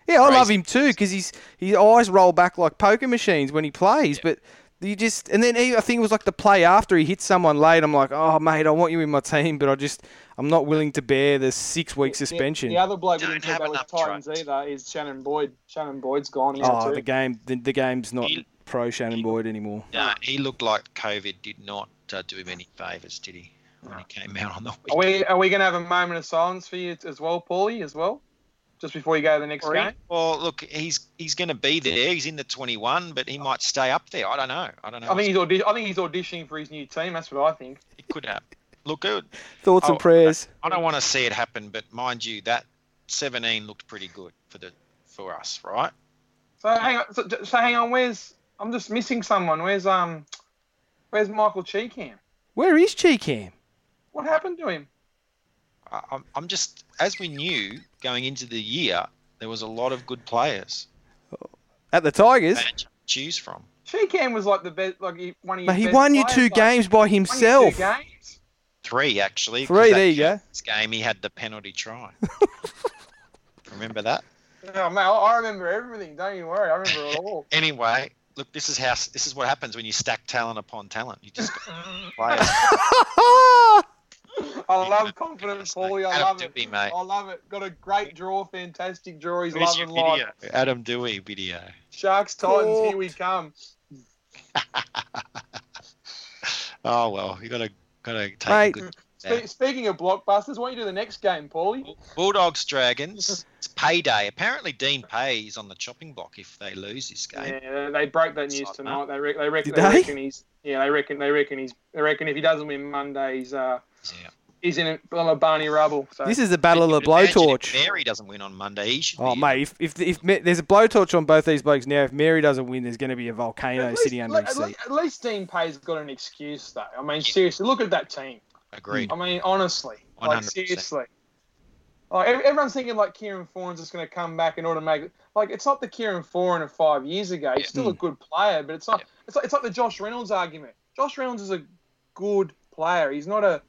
B: Yeah, I love
A: Crazy.
B: him too because his his eyes roll back like poker machines when he plays. But you just and then he, I think it was like the play after he hit someone late. I'm like, oh mate, I want you in my team, but I just I'm not willing to bear the six week
C: The-
B: suspension.
C: The, other bloke we
A: Don't
C: didn't talk
A: have
C: about with
A: enough
C: Titans
A: trust.
C: either is Shannon Boyd. Shannon Boyd's gone. He's
B: oh,
C: too.
B: the game the, the game's not
A: He-
B: pro Shannon Boyd anymore.
A: Yeah, he looked like COVID did not uh, do him any favors, did he? When he came out on the week.
C: Are we are we gonna have a moment of silence for you as well, Paulie, as well? Just before you go to the next game?
A: Well, look, he's he's going to be there. He's in the 21, but he might stay up there. I don't know. I don't know.
C: I think he's audi- I think he's auditioning for his new team, that's what I think.
A: it could happen. Look, it,
B: Thoughts
A: Oh,
B: and prayers.
A: I don't want to see it happen, but mind you, that 17 looked pretty good for the for us, right?
C: So hang on so, so hang on, where's I'm just missing someone. Where's um where's Michael Cheekham?
B: Where is Cheekham?
C: What happened to him?
A: I, I'm, I'm just as we knew going into the year, there was a lot of good players
B: At the Tigers,
A: to choose from.
C: Cheekham was like the best like he, one of your
B: but he
C: best
B: won you
C: players
B: two
C: last-
B: games by
C: won you two
B: himself.
C: games.
A: Three actually. 'cause
B: Three,
A: that
B: there you go.
A: This game, he had the penalty try. Remember that?
C: Oh, mate, I- I remember everything, don't you worry, I remember it all.
A: Anyway, look, this is how this is what happens when you stack talent upon talent. You just got players.
C: I love confident Paulie, I
A: Adam
C: love it.
A: Dewey, mate.
C: I love it. Got a great draw, fantastic draw. He's
A: Where's your
C: loving life.
A: video? Adam Dewey video.
C: Sharks, Titans, here we come.
A: Oh well, you gotta gotta take a
B: Mate,
A: good
C: Spe- speaking of blockbusters, what do you do the next game, Paulie?
A: Bulldogs Dragons. It's payday. Apparently, Dean Pay is on the chopping block if they lose this game.
C: Yeah, they broke that news
A: It's like
C: tonight. They, re- they, reckon,
B: Did
C: they
B: they?
C: reckon he's yeah. They reckon they reckon he's they reckon if he doesn't win Monday, he's uh
A: Yeah.
C: he's in a, on a Barney rubble. So
B: This is the battle of the
A: Imagine if
B: blowtorch.
A: Mary doesn't win on Monday. He should
B: Oh
A: be-
B: mate, if if, if Ma- there's a blowtorch on both these blokes now, if Mary doesn't win, there's going to be a volcano sitting under
C: le-
B: his
C: at,
B: seat.
C: least, at least Dean Pay's got an excuse though. I mean, seriously, look at that team.
A: Agreed.
C: I mean, honestly, like
A: 100%.
C: seriously. Like ev- everyone's thinking like Kieran Foran's just going to come back in order to make like it's not the Kieran Foran of five years ago. He's
A: Yeah.
B: Hmm.
C: still a good player, but it's not.
A: Yeah.
C: It's like it's like the Josh Reynolds argument. Josh Reynolds is a good player. He's not a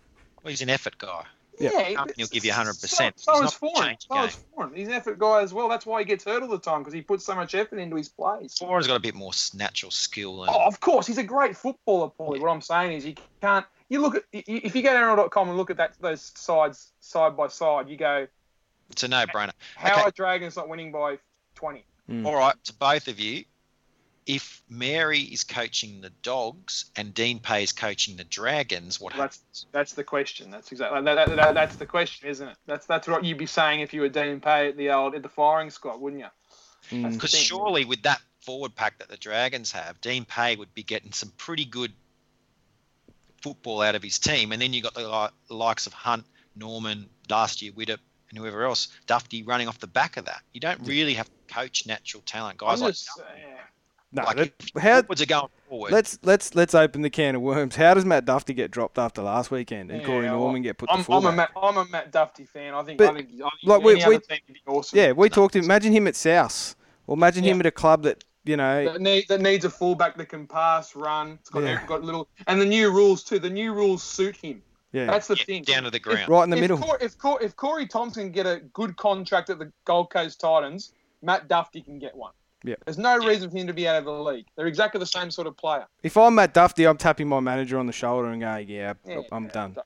B: Hmm.
A: Well, he's an effort guy.
B: Yeah.
C: yeah.
A: He'll
C: it's-
A: give you 100%.
C: So, so
A: He's
C: is
A: not
C: Foran.
A: changed
C: So is Foran. He's an effort guy as well. That's why he gets hurt all the time because he puts so much effort into his plays.
A: Foran's got a bit more natural skill. Than,
C: Oh, of course, he's a great footballer, Paulie. What I'm saying is, you can't. You look at you- if you go to NRL.com and look at that those sides side by side, you go,
A: It's a no-brainer.
C: how
A: Okay.
C: are Dragons not winning by 20?
B: Hmm.
A: All right, to both of you, if Mary is coaching the Dogs and Dean Pay is coaching the Dragons, what
C: That's-
A: happens?
C: That's the question. That's exactly that, that, that- that's the question, isn't it? That's that's what you'd be saying if you were Dean Pay at the old at the firing squad, wouldn't you?
B: Mm.
A: Because
C: the thing.
A: surely with that forward pack that the Dragons have, Dean Pay would be getting some pretty good football out of his team, and then you got the li- likes of Hunt, Norman, last year Widdop, and whoever else, Dufty running off the back of that. You don't really have to coach natural talent, guys.
C: I'm
A: Like,
C: just, yeah.
B: No,
A: like
B: that-
A: if
B: how,
A: forwards are going forward.
B: let's let's let's open the can of worms. How does Matt Duffy get dropped after last weekend and
C: Yeah,
B: Corey
C: well,
B: Norman get put to
C: I'm, I'm a
B: fullback?
C: Matt, I'm a Matt Dufty fan. I think
B: But,
C: I think, I think
B: like, we-
C: any other
B: we-
C: team would be awesome.
B: Yeah, we talked. Imagine him at South, or imagine him
C: Yeah.
B: at a club that you know.
C: That, need, that needs a fullback that can pass, run. It's got,
B: Yeah.
C: got little, and the new rules too. The new rules suit him.
B: Yeah,
C: That's the
A: Yeah,
C: thing.
A: down to the ground.
B: right in the
C: if
B: middle.
C: Cor- if, Cor- if Corey Thompson can get a good contract at the Gold Coast Titans, Matt Duffy can get one.
B: Yeah.
C: There's no
A: Yeah.
C: reason for him to be out of the league. They're exactly the same sort of player.
B: If I'm Matt Duffy, I'm tapping my manager on the shoulder and going, "Yeah,
C: Yeah,
B: I'm done."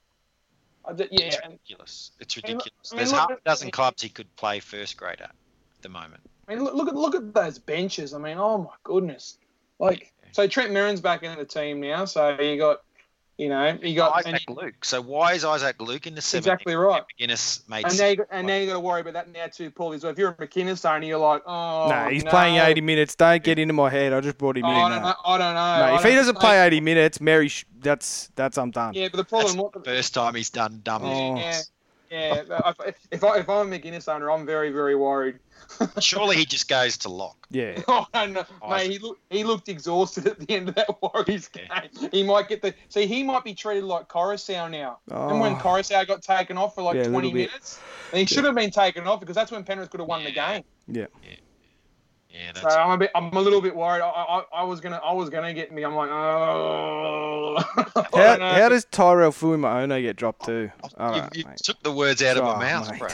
C: I d- yeah.
A: It's
C: And,
A: ridiculous. It's
C: I mean, look-
A: ridiculous.
C: I mean,
A: There's
C: look
A: half a
C: at-
A: dozen clubs he could play first grade at at the moment.
C: I mean, look, look at look at those benches. I mean, oh my goodness. Like, so Trent Merrin's back in the team now. So you got, you know, you got and-
A: Isaac Luke. So why is Isaac Luke in the seventh?
C: exactly right.
A: McGuinness made
C: And now,
A: six.
C: you got, and now you got to worry about that now too, Paulie. So if you're a McInnes owner, you're like, oh,
B: nah, he's
C: no.
B: playing 80 minutes. Don't get into my head. I just brought him
C: Oh,
B: in.
C: I
B: nah.
C: don't know. I don't know.
B: Mate,
C: I
B: if he
C: don't
B: doesn't
C: know.
B: play 80 minutes, Mary, sh- that's that's I'm done.
C: yeah, but the
A: That's
C: problem,
A: the first time he's done dumb.
B: Oh.
C: yeah, yeah. but If, if I if I'm a McInnes owner, I'm very very worried.
B: Oh.
A: Surely he just goes to lock.
B: Yeah.
C: Oh, I don't know.
A: Oh, I
C: Mate, he looked he looked exhausted at the end of that Warriors game.
A: Yeah.
C: He might get the see. He might be treated like Coruscant now. And when
B: Oh.
C: Coruscant got taken off for like
B: Yeah, a little
C: 20
B: bit.
C: minutes, and he should have been taken off because that's when Penrith could have won the
A: Yeah.
C: game.
A: Yeah,
C: So
A: that's
C: I'm a bit, I'm a little bit worried. I, I, I was gonna, I was gonna get me. I'm like, oh. I
B: How,
C: don't know.
B: how does Tyrell Fuimaono get dropped too? All
A: you,
B: right,
A: uh, Oh, you
B: mate.
A: took the words out of
B: Oh,
A: my mouth,
B: mate.
A: bro.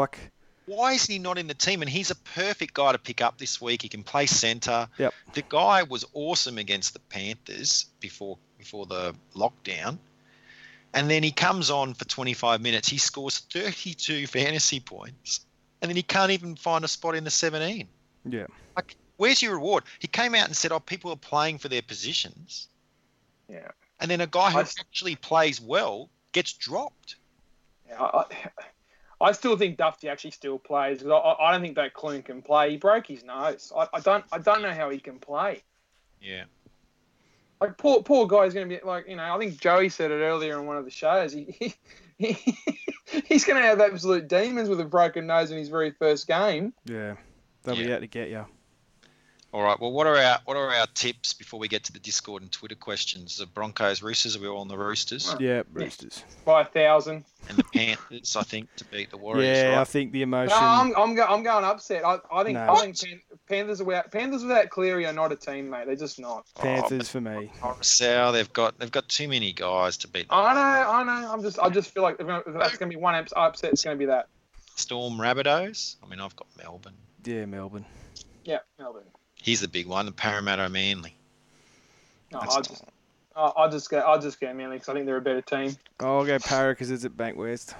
B: Like,
A: Why is he not in the team? And he's a perfect guy to pick up this week. He can play centre.
B: Yep.
A: The guy was awesome against the Panthers before before the lockdown. And then he comes on for 25 minutes. He scores 32 fantasy points. And then he can't even find a spot in the 17.
B: yeah.
A: Like, where's your reward? He came out and said, "Oh, people are playing for their positions."
C: Yeah.
A: And then a guy who
C: I-
A: actually plays well gets dropped.
C: Yeah, I, I still think Duffy actually still plays 'cause I, I don't think that Clune can play. He broke his nose. I, I don't, I don't know how he can play.
A: Yeah.
C: Like poor, poor guy's gonna be like, you know, I think Joey said it earlier in one of the shows. He, he, he's gonna have absolute demons with a broken nose in his very first game.
B: Yeah. They'll be
A: Yeah.
B: out to get you.
A: All right. Well, what are our what are our tips before we get to the Discord and Twitter questions? The Broncos, Roosters. Are we all on the Roosters
B: Yeah, Roosters.
C: by a thousand.
A: and the Panthers? I think to beat the Warriors.
B: Yeah, I
A: right? um,
B: think the
C: No,
B: emotion.
C: I'm, I'm, go, I'm going upset. I, I think,
B: No.
C: I think Pan, Panthers without Panthers without Cleary are not a team, mate. They're just not.
B: Panthers for me.
A: Coruscant, they've got they've got too many guys to beat.
C: I know, I know. I'm just, I just feel like if if that's gonna be one ups- upset. It's gonna be that.
A: Storm Rabbitohs. I mean, I've got Melbourne.
B: Yeah, Melbourne.
C: Yeah, Melbourne.
A: Here's the big one: the Parramatta Manly.
C: No,
A: That's-
C: Oh, I just, I, I just go, I just go Manly because I think they're a better team.
B: I'll go Para because it's at Bankwest.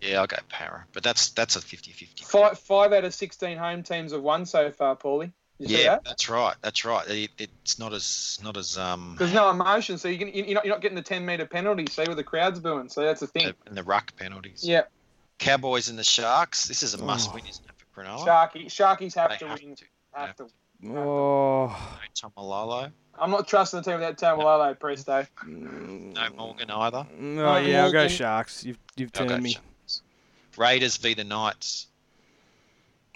A: Yeah, I'll go Para, but that's that's a 50-50.
C: Five, five out of sixteen home teams have won so far, Paulie. You see
A: yeah,
C: that?
A: that's right. That's right. It, it's not as not as um
C: There's no emotion, so you can, you're not you're not getting the 10 meter penalty. See where the crowd's booing. So that's the thing.
A: the, in the ruck penalties.
C: Yeah,
A: Cowboys and the Sharks. This is a
B: Oh.
A: must-win, isn't it, for Cronulla?
C: Sharky, Sharkies have
A: They
C: to
A: have
C: win.
A: to.
C: Have to.
B: Oh,
A: No Tomalolo.
C: I'm not trusting the team without Tamalolo Presto.
A: No Morgan either.
B: no, mm, oh, yeah, I'll go
C: Morgan.
B: Sharks. You've you've
A: I'll
B: turned
A: go
B: me
A: Sharks. Raiders v the Knights.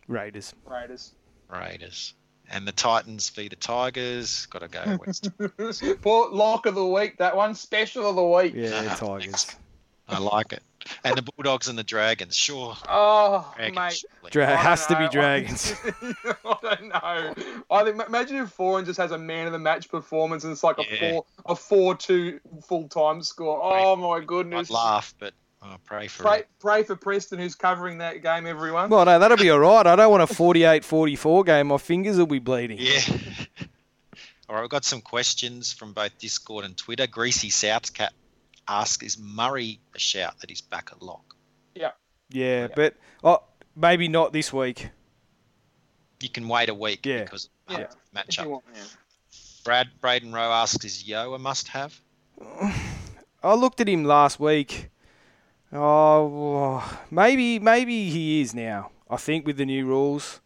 B: Raiders.
C: Raiders.
A: Raiders. And the Titans v the Tigers. Got to go West.
C: Port lock of the week. That one special of the week.
B: Yeah,
A: Ah,
B: Tigers.
A: I like it. And the Bulldogs and the Dragons. Sure.
C: Oh,
A: Dragons,
C: mate.
A: surely.
B: Dra-
C: I
B: has to
C: don't
B: be
C: know.
B: Dragons.
C: I don't know. I think imagine if Foran just has a man of the match performance and it's like
A: Yeah.
C: a four a four two full time score. Oh my
A: I'd
C: goodness.
A: laugh, but I pray for
C: Pray,
A: it.
C: pray for Preston who's covering that game, everyone.
B: Well, no, that'll be all right. I don't want a 48-44 game. My fingers will be bleeding.
A: Yeah. All right, we've got some questions from both Discord and Twitter. Greasy Southcat asks, "Is Murray a shout that he's back at lock?"
B: Yeah, but oh, maybe not this week.
A: You can wait a week
B: Yeah.
A: because of the
C: Yeah. If you
A: matchup.
C: want, yeah.
A: Brad Braden Rowe asks, "Is Yo a must-have?"
B: I looked at him last week. Oh, oh, maybe maybe he is now. I think with the new rules.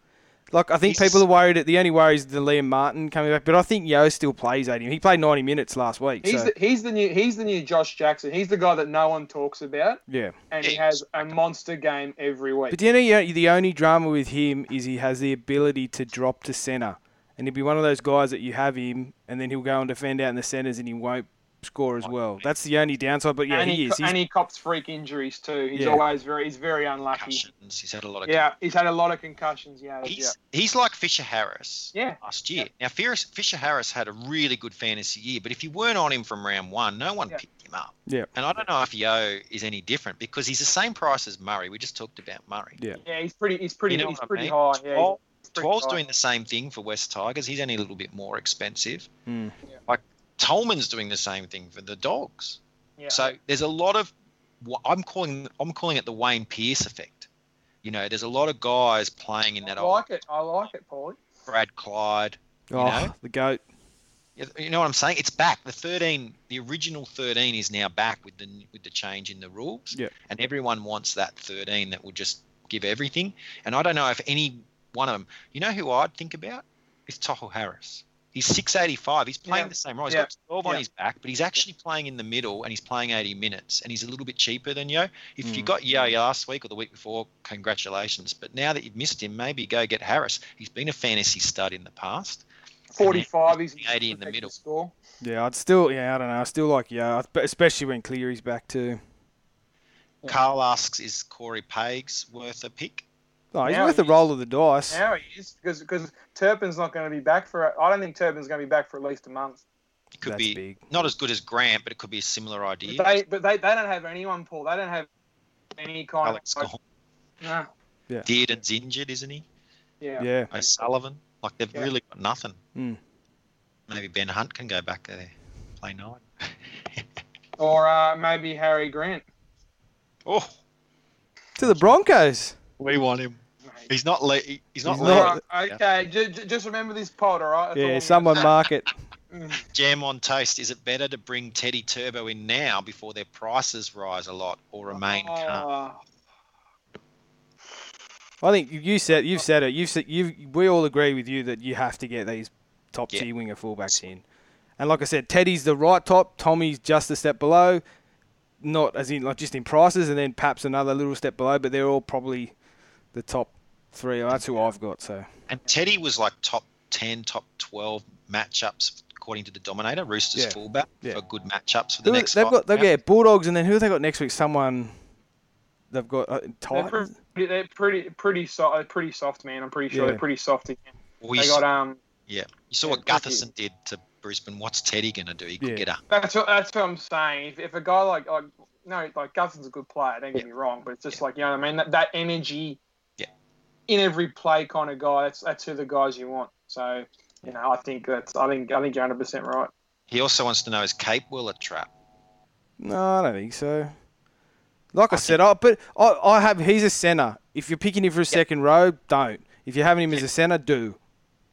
B: Like I think
A: He's-
B: people are worried that the only worry is the Liam Martin coming back, but I think Yo still plays at him. He played 90 minutes last week.
C: He's
B: so,
C: the, he's the new he's the new Josh Jackson. He's the guy that no one talks about,
B: yeah.
C: and he
A: Yeah.
C: has a monster game every week.
B: But do you know yeah, the only drama with him is he has the ability to drop to centre, and he'll be one of those guys that you have him, and then he'll go and defend out in the centres, and he won't score as well. That's the only downside. But yeah,
C: and
B: he,
C: he,
B: is. He's,
C: and he cops freak injuries too. He's
B: Yeah.
C: always very he's very unlucky.
A: Concussions. He's had a lot of.
C: Yeah, he's had a lot of concussions. Yeah, yeah.
A: He's, he's like Fisher Harris
C: Yeah.
A: last year. Now, Fisher Harris had a really good fantasy year, but if you weren't on him from round one, no one
C: Yeah.
A: picked him up.
B: Yeah.
A: And I don't know if Yo is any different because he's the same price as Murray. We just talked about Murray.
B: Yeah.
C: Yeah, he's pretty. He's pretty.
A: You know
C: he's
A: what I
C: pretty
A: mean?
C: high. Yeah,
A: Twelve-
C: he's pretty
A: Twelve's
C: high.
A: doing the same thing for West Tigers. He's only a little bit more expensive.
B: Mm.
C: Yeah.
A: Like Tolman's doing the same thing for the Dogs.
C: Yeah.
A: So there's a lot of wha- I'm calling I'm calling it the Wayne Pierce effect. You know, there's a lot of guys playing in that
C: I
A: old
C: like it. I like it, Paulie.
A: Brad Clyde.
B: oh,
A: know?
B: the goat.
A: You you know what I'm saying? It's back. The 13, the original 13 is now back with the with the change in the rules.
B: Yeah.
A: And everyone wants that 13 that will just give everything. And I don't know if any one of them. You know who I'd think about is Toho Harris. He's 685. He's playing
C: Yeah.
A: the same role. He's
C: Yeah.
A: got 12 on
C: Yeah.
A: his back, but he's actually playing in the middle and he's playing 80 minutes and he's a little bit cheaper than Yo. If you
B: Mm.
A: got Yo last week or the week before, congratulations. But now that you've missed him, maybe go get Harris. He's been a fantasy stud in the past.
C: Forty-five. He's
A: 80 in the
C: protected
A: middle.
C: Score.
B: Yeah, I'd still. Yeah, I don't know. I still like yeah, but especially when Cleary's back too.
C: Yeah.
A: Carl asks, is Corey Pags worth a pick?
B: Oh, he's
C: Now
B: worth a
C: he's-
B: roll of the dice.
C: Now he is because because Turpin's not going to be back for. I don't think Turpin's going to be back for at least a month.
A: It could
B: That's
A: be
B: big.
A: not as good as Grant, but it could be a similar
C: But
A: idea.
C: they but they, they don't have anyone, Paul. They don't have any kind
A: Alex
C: of.
A: Gahan-
C: Nah.
A: Dearden's injured, isn't he?
C: Yeah.
B: Yeah.
A: O'Sullivan. Like they've
C: Yeah.
A: really got nothing.
B: Mm.
A: Maybe Ben Hunt can go back there, play nine.
C: Or uh, maybe Harry Grant.
A: Oh,
B: To the Broncos.
A: we want him.
C: mate.
A: He's not. Le- he- he's not.
B: He's
A: le-
B: not-
C: Alright, okay, j- j- just remember this pod, all right? That's all
B: Yeah,
C: I'm
B: someone mark it.
C: gonna-
A: Jam on toast. Is it better to bring Teddy Turbo in now before their prices rise a lot, or remain calm?
C: Oh,
B: I think you- you said you've said it. You've said you. We all agree with you that you have to get these top
A: Yeah.
B: tier winger fullbacks in. And like I said, Teddy's the right top. Tommy's just a step below, not as in like just in prices, and then perhaps another little step below. But they're all probably the top three. That's who I've got. So
A: And Teddy was like top 10, top 12 matchups according to the Dominator, Roosters
B: Yeah.
A: fullback
B: Yeah.
A: for good matchups for the
B: Who-
A: next
B: they've
A: five
B: got they've
A: rounds.
B: got Bulldogs, and then who have they got next week? Someone they've got uh,
C: they're
B: Titans.
C: pretty, they're pretty, pretty soft. They're pretty soft, man. I'm pretty sure
B: Yeah.
C: they're pretty soft again.
A: Well, you,
C: They
A: saw,
C: got um.
A: you saw what
C: yeah,
A: Gutherson did to Brisbane. What's Teddy going to do? He could
B: Yeah.
A: get a
C: That's what that's what I'm saying. If, if a guy like like no like Guthson's a good player, don't get me wrong, but it's just
A: Yeah.
C: like you know what I mean. That, that energy,
A: Yeah.
C: in every play kind of guy. That's that's who the guys you want. So you know, I think that's I think I think you're 100 percent right.
A: He also wants to know is Cape Will a trap?
B: No, I don't think so. Like I, said, I, but I, I have he's a centre. If you're picking him for a second row, don't. If you're having him as a centre, do.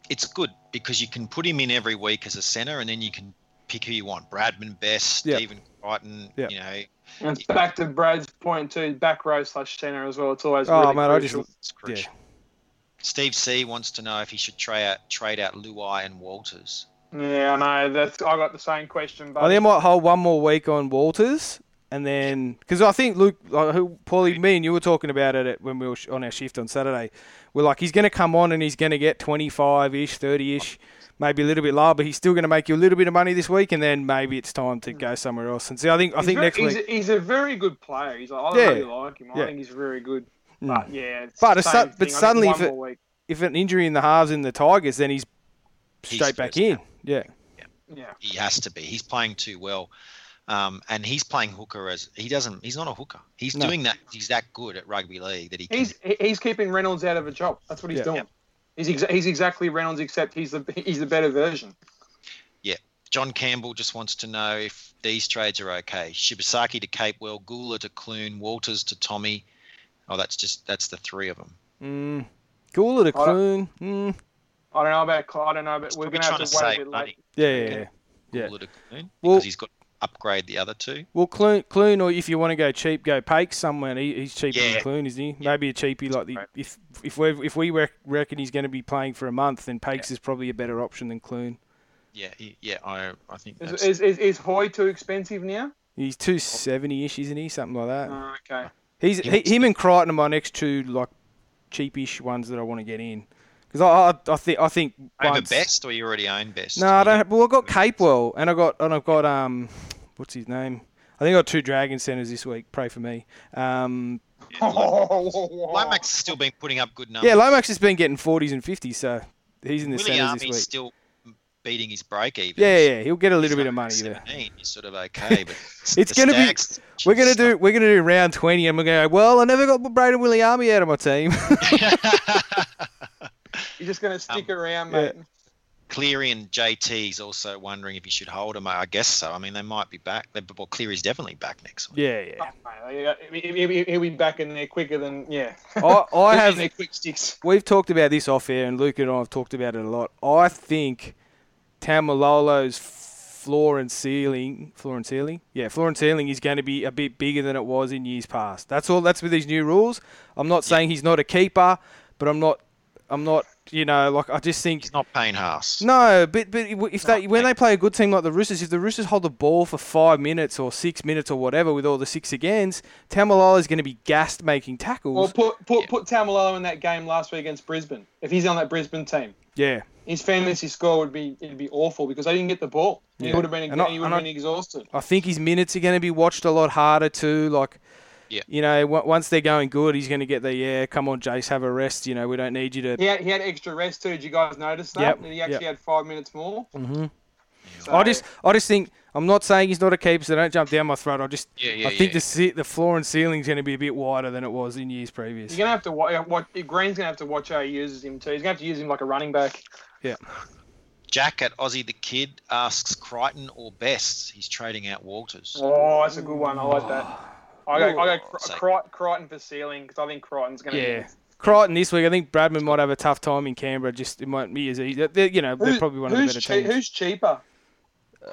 A: it's good because you can put him in every week as a center, and then you can pick who you want: Bradman, Best,
B: Yeah.
A: Stephen Crichton.
B: Yeah.
A: You know,
C: And it's back to Brad's point too, back row slash center as well. It's always
B: Oh,
C: really
B: man, I just-
C: crucial.
A: it's crucial. Steve C wants to know if he should trade out trade out Luai and Walters.
C: yeah, I know. That's I got the same question, but
B: I think I Oh, might hold one more week on Walters, and then because I think Luke, uh, who Paulie, me and you were talking about it at, when we were sh- on our shift on Saturday. We're like, he's going to come on and he's going to get 25 ish, 30 ish, maybe a little bit lower, but he's still going to make you a little bit of money this week, and then maybe it's time to go somewhere else. And see, I think I
C: Hmm. He's
B: think
C: very-
B: next
C: he's,
B: week,
C: A, he's a very good player. He's like, I
B: Yeah.
C: really like him. I
B: Yeah.
C: think he's very good.
B: Mm.
C: But yeah, it's
B: But
C: the
B: it's su-
C: same
B: but
C: thing. I think
B: suddenly
C: one
B: if it-
C: more week.
B: if an injury in the halves in the Tigers, then he's
A: He's
B: straight back
A: first.
B: in. Yeah,
C: yeah,
A: He has to be. He's playing too well, um, and he's playing hooker as he doesn't. He's not a hooker. He's
B: No.
A: doing that. He's that good at rugby league that he can
C: he's he- he's keeping Reynolds out of a job. That's what he's
B: Yeah.
C: doing. He's ex- he's exactly Reynolds, except he's the he's the better version.
A: John Campbell just wants to know if these trades are okay. Shibasaki to Capewell, Gula to Clune, Walters to Tommy. Oh, that's just that's the three of them.
B: mm. Cooler to
C: I
B: Clune. Mm.
C: I don't know about Clyde. I don't know, but we're
A: Probably
C: gonna
A: trying
C: have to
A: to
C: wait a
A: save
C: bit
A: money.
B: Yeah,
C: later.
B: yeah, yeah. Yeah.
A: Gula to Clune
B: Well-
A: because he's got to upgrade the other two.
B: Well, Clune, Clune, or if you want to go cheap, go Pakes somewhere. He, he's cheaper
A: Yeah.
B: than Clune, isn't he? Maybe a cheapie like the
A: Right.
B: if if we if we rec- reckon he's going to be playing for a month, then Pakes is probably a better option than Clune.
A: Yeah, he- yeah, I I think
C: Is
A: that's,
C: is, is, is Hoy too expensive now?
B: He's two seventy ish, isn't he? Something like that.
A: Uh,
C: Oh, okay.
B: He's
A: He
B: he,
A: must
B: him and Crichton are my next two like cheapish ones that I want to get in because I I, I think I think
A: over
B: once-
A: best or you already own best.
B: No, I don't. Have, well, I got Capewell, and I got and I've got um, what's his name? I think I got two Dragon centers this week. Pray for me. Um,
A: Lomax has still been putting up good numbers.
B: Yeah, Lomax has been getting 40s and 50s, so he's in the
A: Um, Willie
B: centres this
A: Army's
B: week.
A: still beating his break even.
B: Yeah, yeah, yeah, he'll get a
A: He's
B: little bit of
A: only
B: money there.
A: 17, He's sort of okay, but the
B: It's gonna be-
A: Stags-
B: We're gonna do we're gonna do round 20, and we're gonna go. Well, I never got Braden Willie Army out of my team.
C: You're just
A: Um,
C: gonna stick around,
B: yeah.
C: mate.
A: Cleary and JT's also wondering if you should hold them. I guess so. I mean, they might be back. They- Well, Cleary's definitely back next week.
B: yeah,
C: Oh,
B: yeah.
C: mate, like, he- he- he- He'll be back in there quicker than yeah.
B: I, I
C: He'll be in
B: have.
C: there quick sticks.
B: We've talked about this off air, and Luke and I have talked about it a lot. I think Tamalolo's floor and ceiling, floor and ceiling, yeah, floor and ceiling is going to be a bit bigger than it was in years past. That's all. That's with these new rules. I'm not saying he's not a keeper, but I'm not. I'm not. You know, like I just think
A: He's not paying Haas.
B: No, but but if- if they
A: No,
B: when
A: mate.
B: they play a good team like the Roosters, if the Roosters hold the ball for five minutes or six minutes or whatever with all the six agains, Tamalolo is going to be gassed making tackles.
C: Well, put put put Tamalolo in that game last week against Brisbane. If he's on that Brisbane team,
B: yeah,
C: his fantasy score would be it'd be awful because they didn't get the ball.
B: Yeah.
C: He would have been
B: And I-
C: he would
B: and I-
C: have been exhausted.
B: I think his minutes are going to be watched a lot harder too. Like,
A: Yeah.
B: you know, w- once they're going good, he's going to get the yeah. Come on, Jace, have a rest. You know, we don't need you to.
C: He had, he had extra rest too. Did you guys notice that?
B: Yep,
C: That he actually
B: yep.
C: had five minutes more.
B: Mhm.
C: So-
B: I just I just think I'm not saying he's not a keeper. So don't jump down my throat. I just
A: Yeah, yeah,
B: I think
A: yeah.
B: the se- the floor and ceiling's going to be a bit wider than it was in years previous.
C: you're gonna have to watch. What Green's gonna have to watch how he uses him too. He's gonna have to use him like a running back.
A: Jack at Aussie the Kid asks Crichton or Best. He's trading out
B: Uh,
A: Walters.
C: Oh, that's a good one. I like that. I go, I go
A: Oh, so-
C: Cri- Cri- Crichton for ceiling because I think Crichton's gonna.
B: Yeah. Crichton this week, I think Bradman might have a tough time in Canberra. Just it might be as easy. They're, you know, they're
C: Who's-
B: probably one of the
C: who's
B: better
C: chea-
B: teams.
C: Who's cheaper?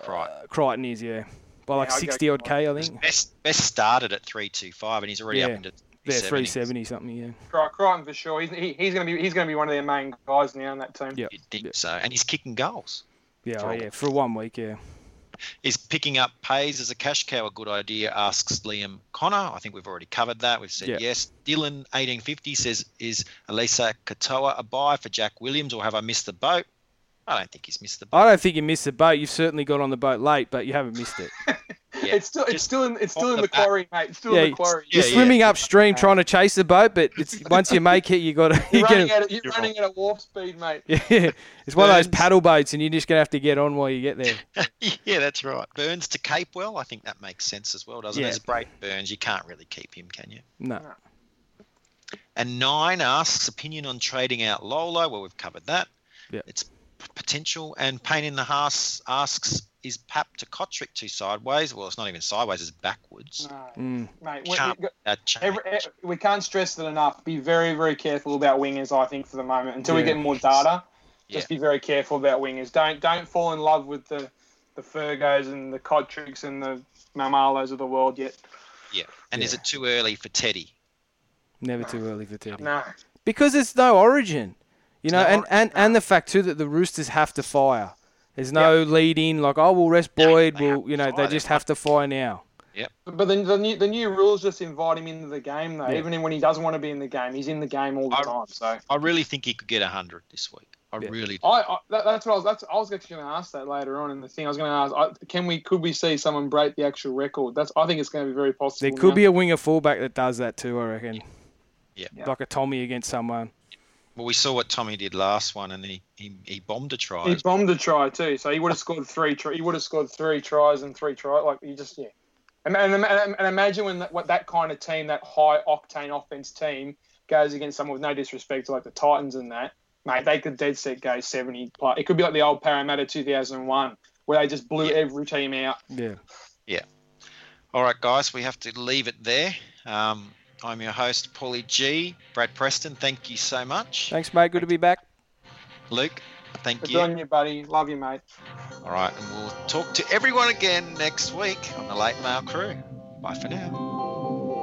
A: Crichton.
B: Crichton is, yeah, by like
C: Yeah, I'd go
B: sixty odd k, I think.
A: Best Best started at three two five, and he's already
B: Yeah.
A: up into
B: Yeah,
A: 370.
B: three seventy something. Yeah,
C: Cri- Crichton for sure. He's, he, he's gonna be he's gonna be one of their main guys now in that team.
B: Yeah.
A: You'd think so, and he's kicking goals.
B: yeah, oh,
A: Trouble.
B: yeah. For one week, yeah.
A: Is picking up pays as a cash cow a good idea? Asks Liam Connor. I think we've already covered that. We've said
B: Yeah.
A: yes. Dylan eighteen fifty says, "Is Elisa Katoa a buy for Jack Williams, or have I missed the boat?" I don't think he's missed the boat.
B: I don't think you missed the boat. You've certainly got on the boat late, but you haven't missed it.
A: Yeah.
C: It's still it's
A: Just
C: still in it's
A: off
C: still in
A: the
C: the
A: back.
C: quarry, mate. It's still
B: Yeah,
C: in the quarry.
A: yeah,
B: You're swimming upstream trying to chase the boat, but it's once you make it, you got to.
C: You're,
B: You
C: running,
B: get.
C: at, you're
A: you're
C: running at a warp speed, mate.
B: Yeah, it's one of those
A: Burns.
B: paddle boats, and you're just gonna have to get on while you get there.
A: yeah, that's right. Burns to Capewell. I think that makes sense as well, doesn't
B: Yeah.
A: it? As Brayden Burns, you can't really keep him, can you?
B: No.
A: And nine asks opinion on trading out Lolo. Well, we've covered that.
B: Yeah.
A: It's p- potential. And Pain in the House asks, is Pap to Kotrick too sideways? Well, it's not even sideways, it's backwards.
C: No,
B: Mm.
C: mate. We,
A: Can't-
C: we,
A: That uh, change.
C: every, eh, we can't stress it enough. Be very, very careful about wingers. I think for the moment until we
B: Yeah.
C: get more data. Just be very careful about wingers. Don't don't fall in love with the the Fergos and the Kotricks and the Mamalos of the world yet.
A: Yeah. And is
B: Yeah.
A: it too early for Teddy?
B: Never too early for Teddy.
C: No.
B: because there's no origin, you know,
A: No
B: and,
A: origin,
B: and, and the fact too that the Roosters have to fire. There's no lead in like oh we'll rest Boyd,
A: they have
B: we'll
A: to
B: you know
A: fire
B: they
A: them.
B: just have to fire now.
C: But then the new the new rules just invite him into the game though.
B: Yeah.
C: Even when he doesn't want to be in the game, he's in the game all the
A: I-
C: time. So
A: I really think he could get 100 this week. I
B: Yeah.
A: really
C: I, I that, that's what I was that's I was actually going to ask that later on in the thing. I was going to ask, I, can we could we see someone break the actual record? That's I think it's going to be very possible.
B: There could
C: now.
B: be a winger fullback that does that too, I reckon.
A: Yeah.
C: Yeah.
B: Like a Tommy against someone.
A: Well, we saw what Tommy did last one, and he, he, he bombed a try.
C: He bombed a try too, so he would have scored three. Tri- he would have scored three tries and three tries. Like you just yeah. And, and, and, and imagine when that, what that kind of team, that high octane offense team, goes against someone with no disrespect to like the Titans and that, mate, they could dead set go seventy. Plus. It could be like the old Parramatta two thousand and one, where they just blew
A: Yeah.
C: every team out.
B: Yeah.
A: All right, guys, we have to leave it there. Um, I'm your host, Paulie G. Brad Preston, thank you so much.
B: Thanks, mate. Good to be back.
A: Luke, thank
C: Good
A: you.
C: on you, buddy. Love you, mate.
A: All right, and we'll talk to everyone again next week on the Late Mail Crew. Bye for now.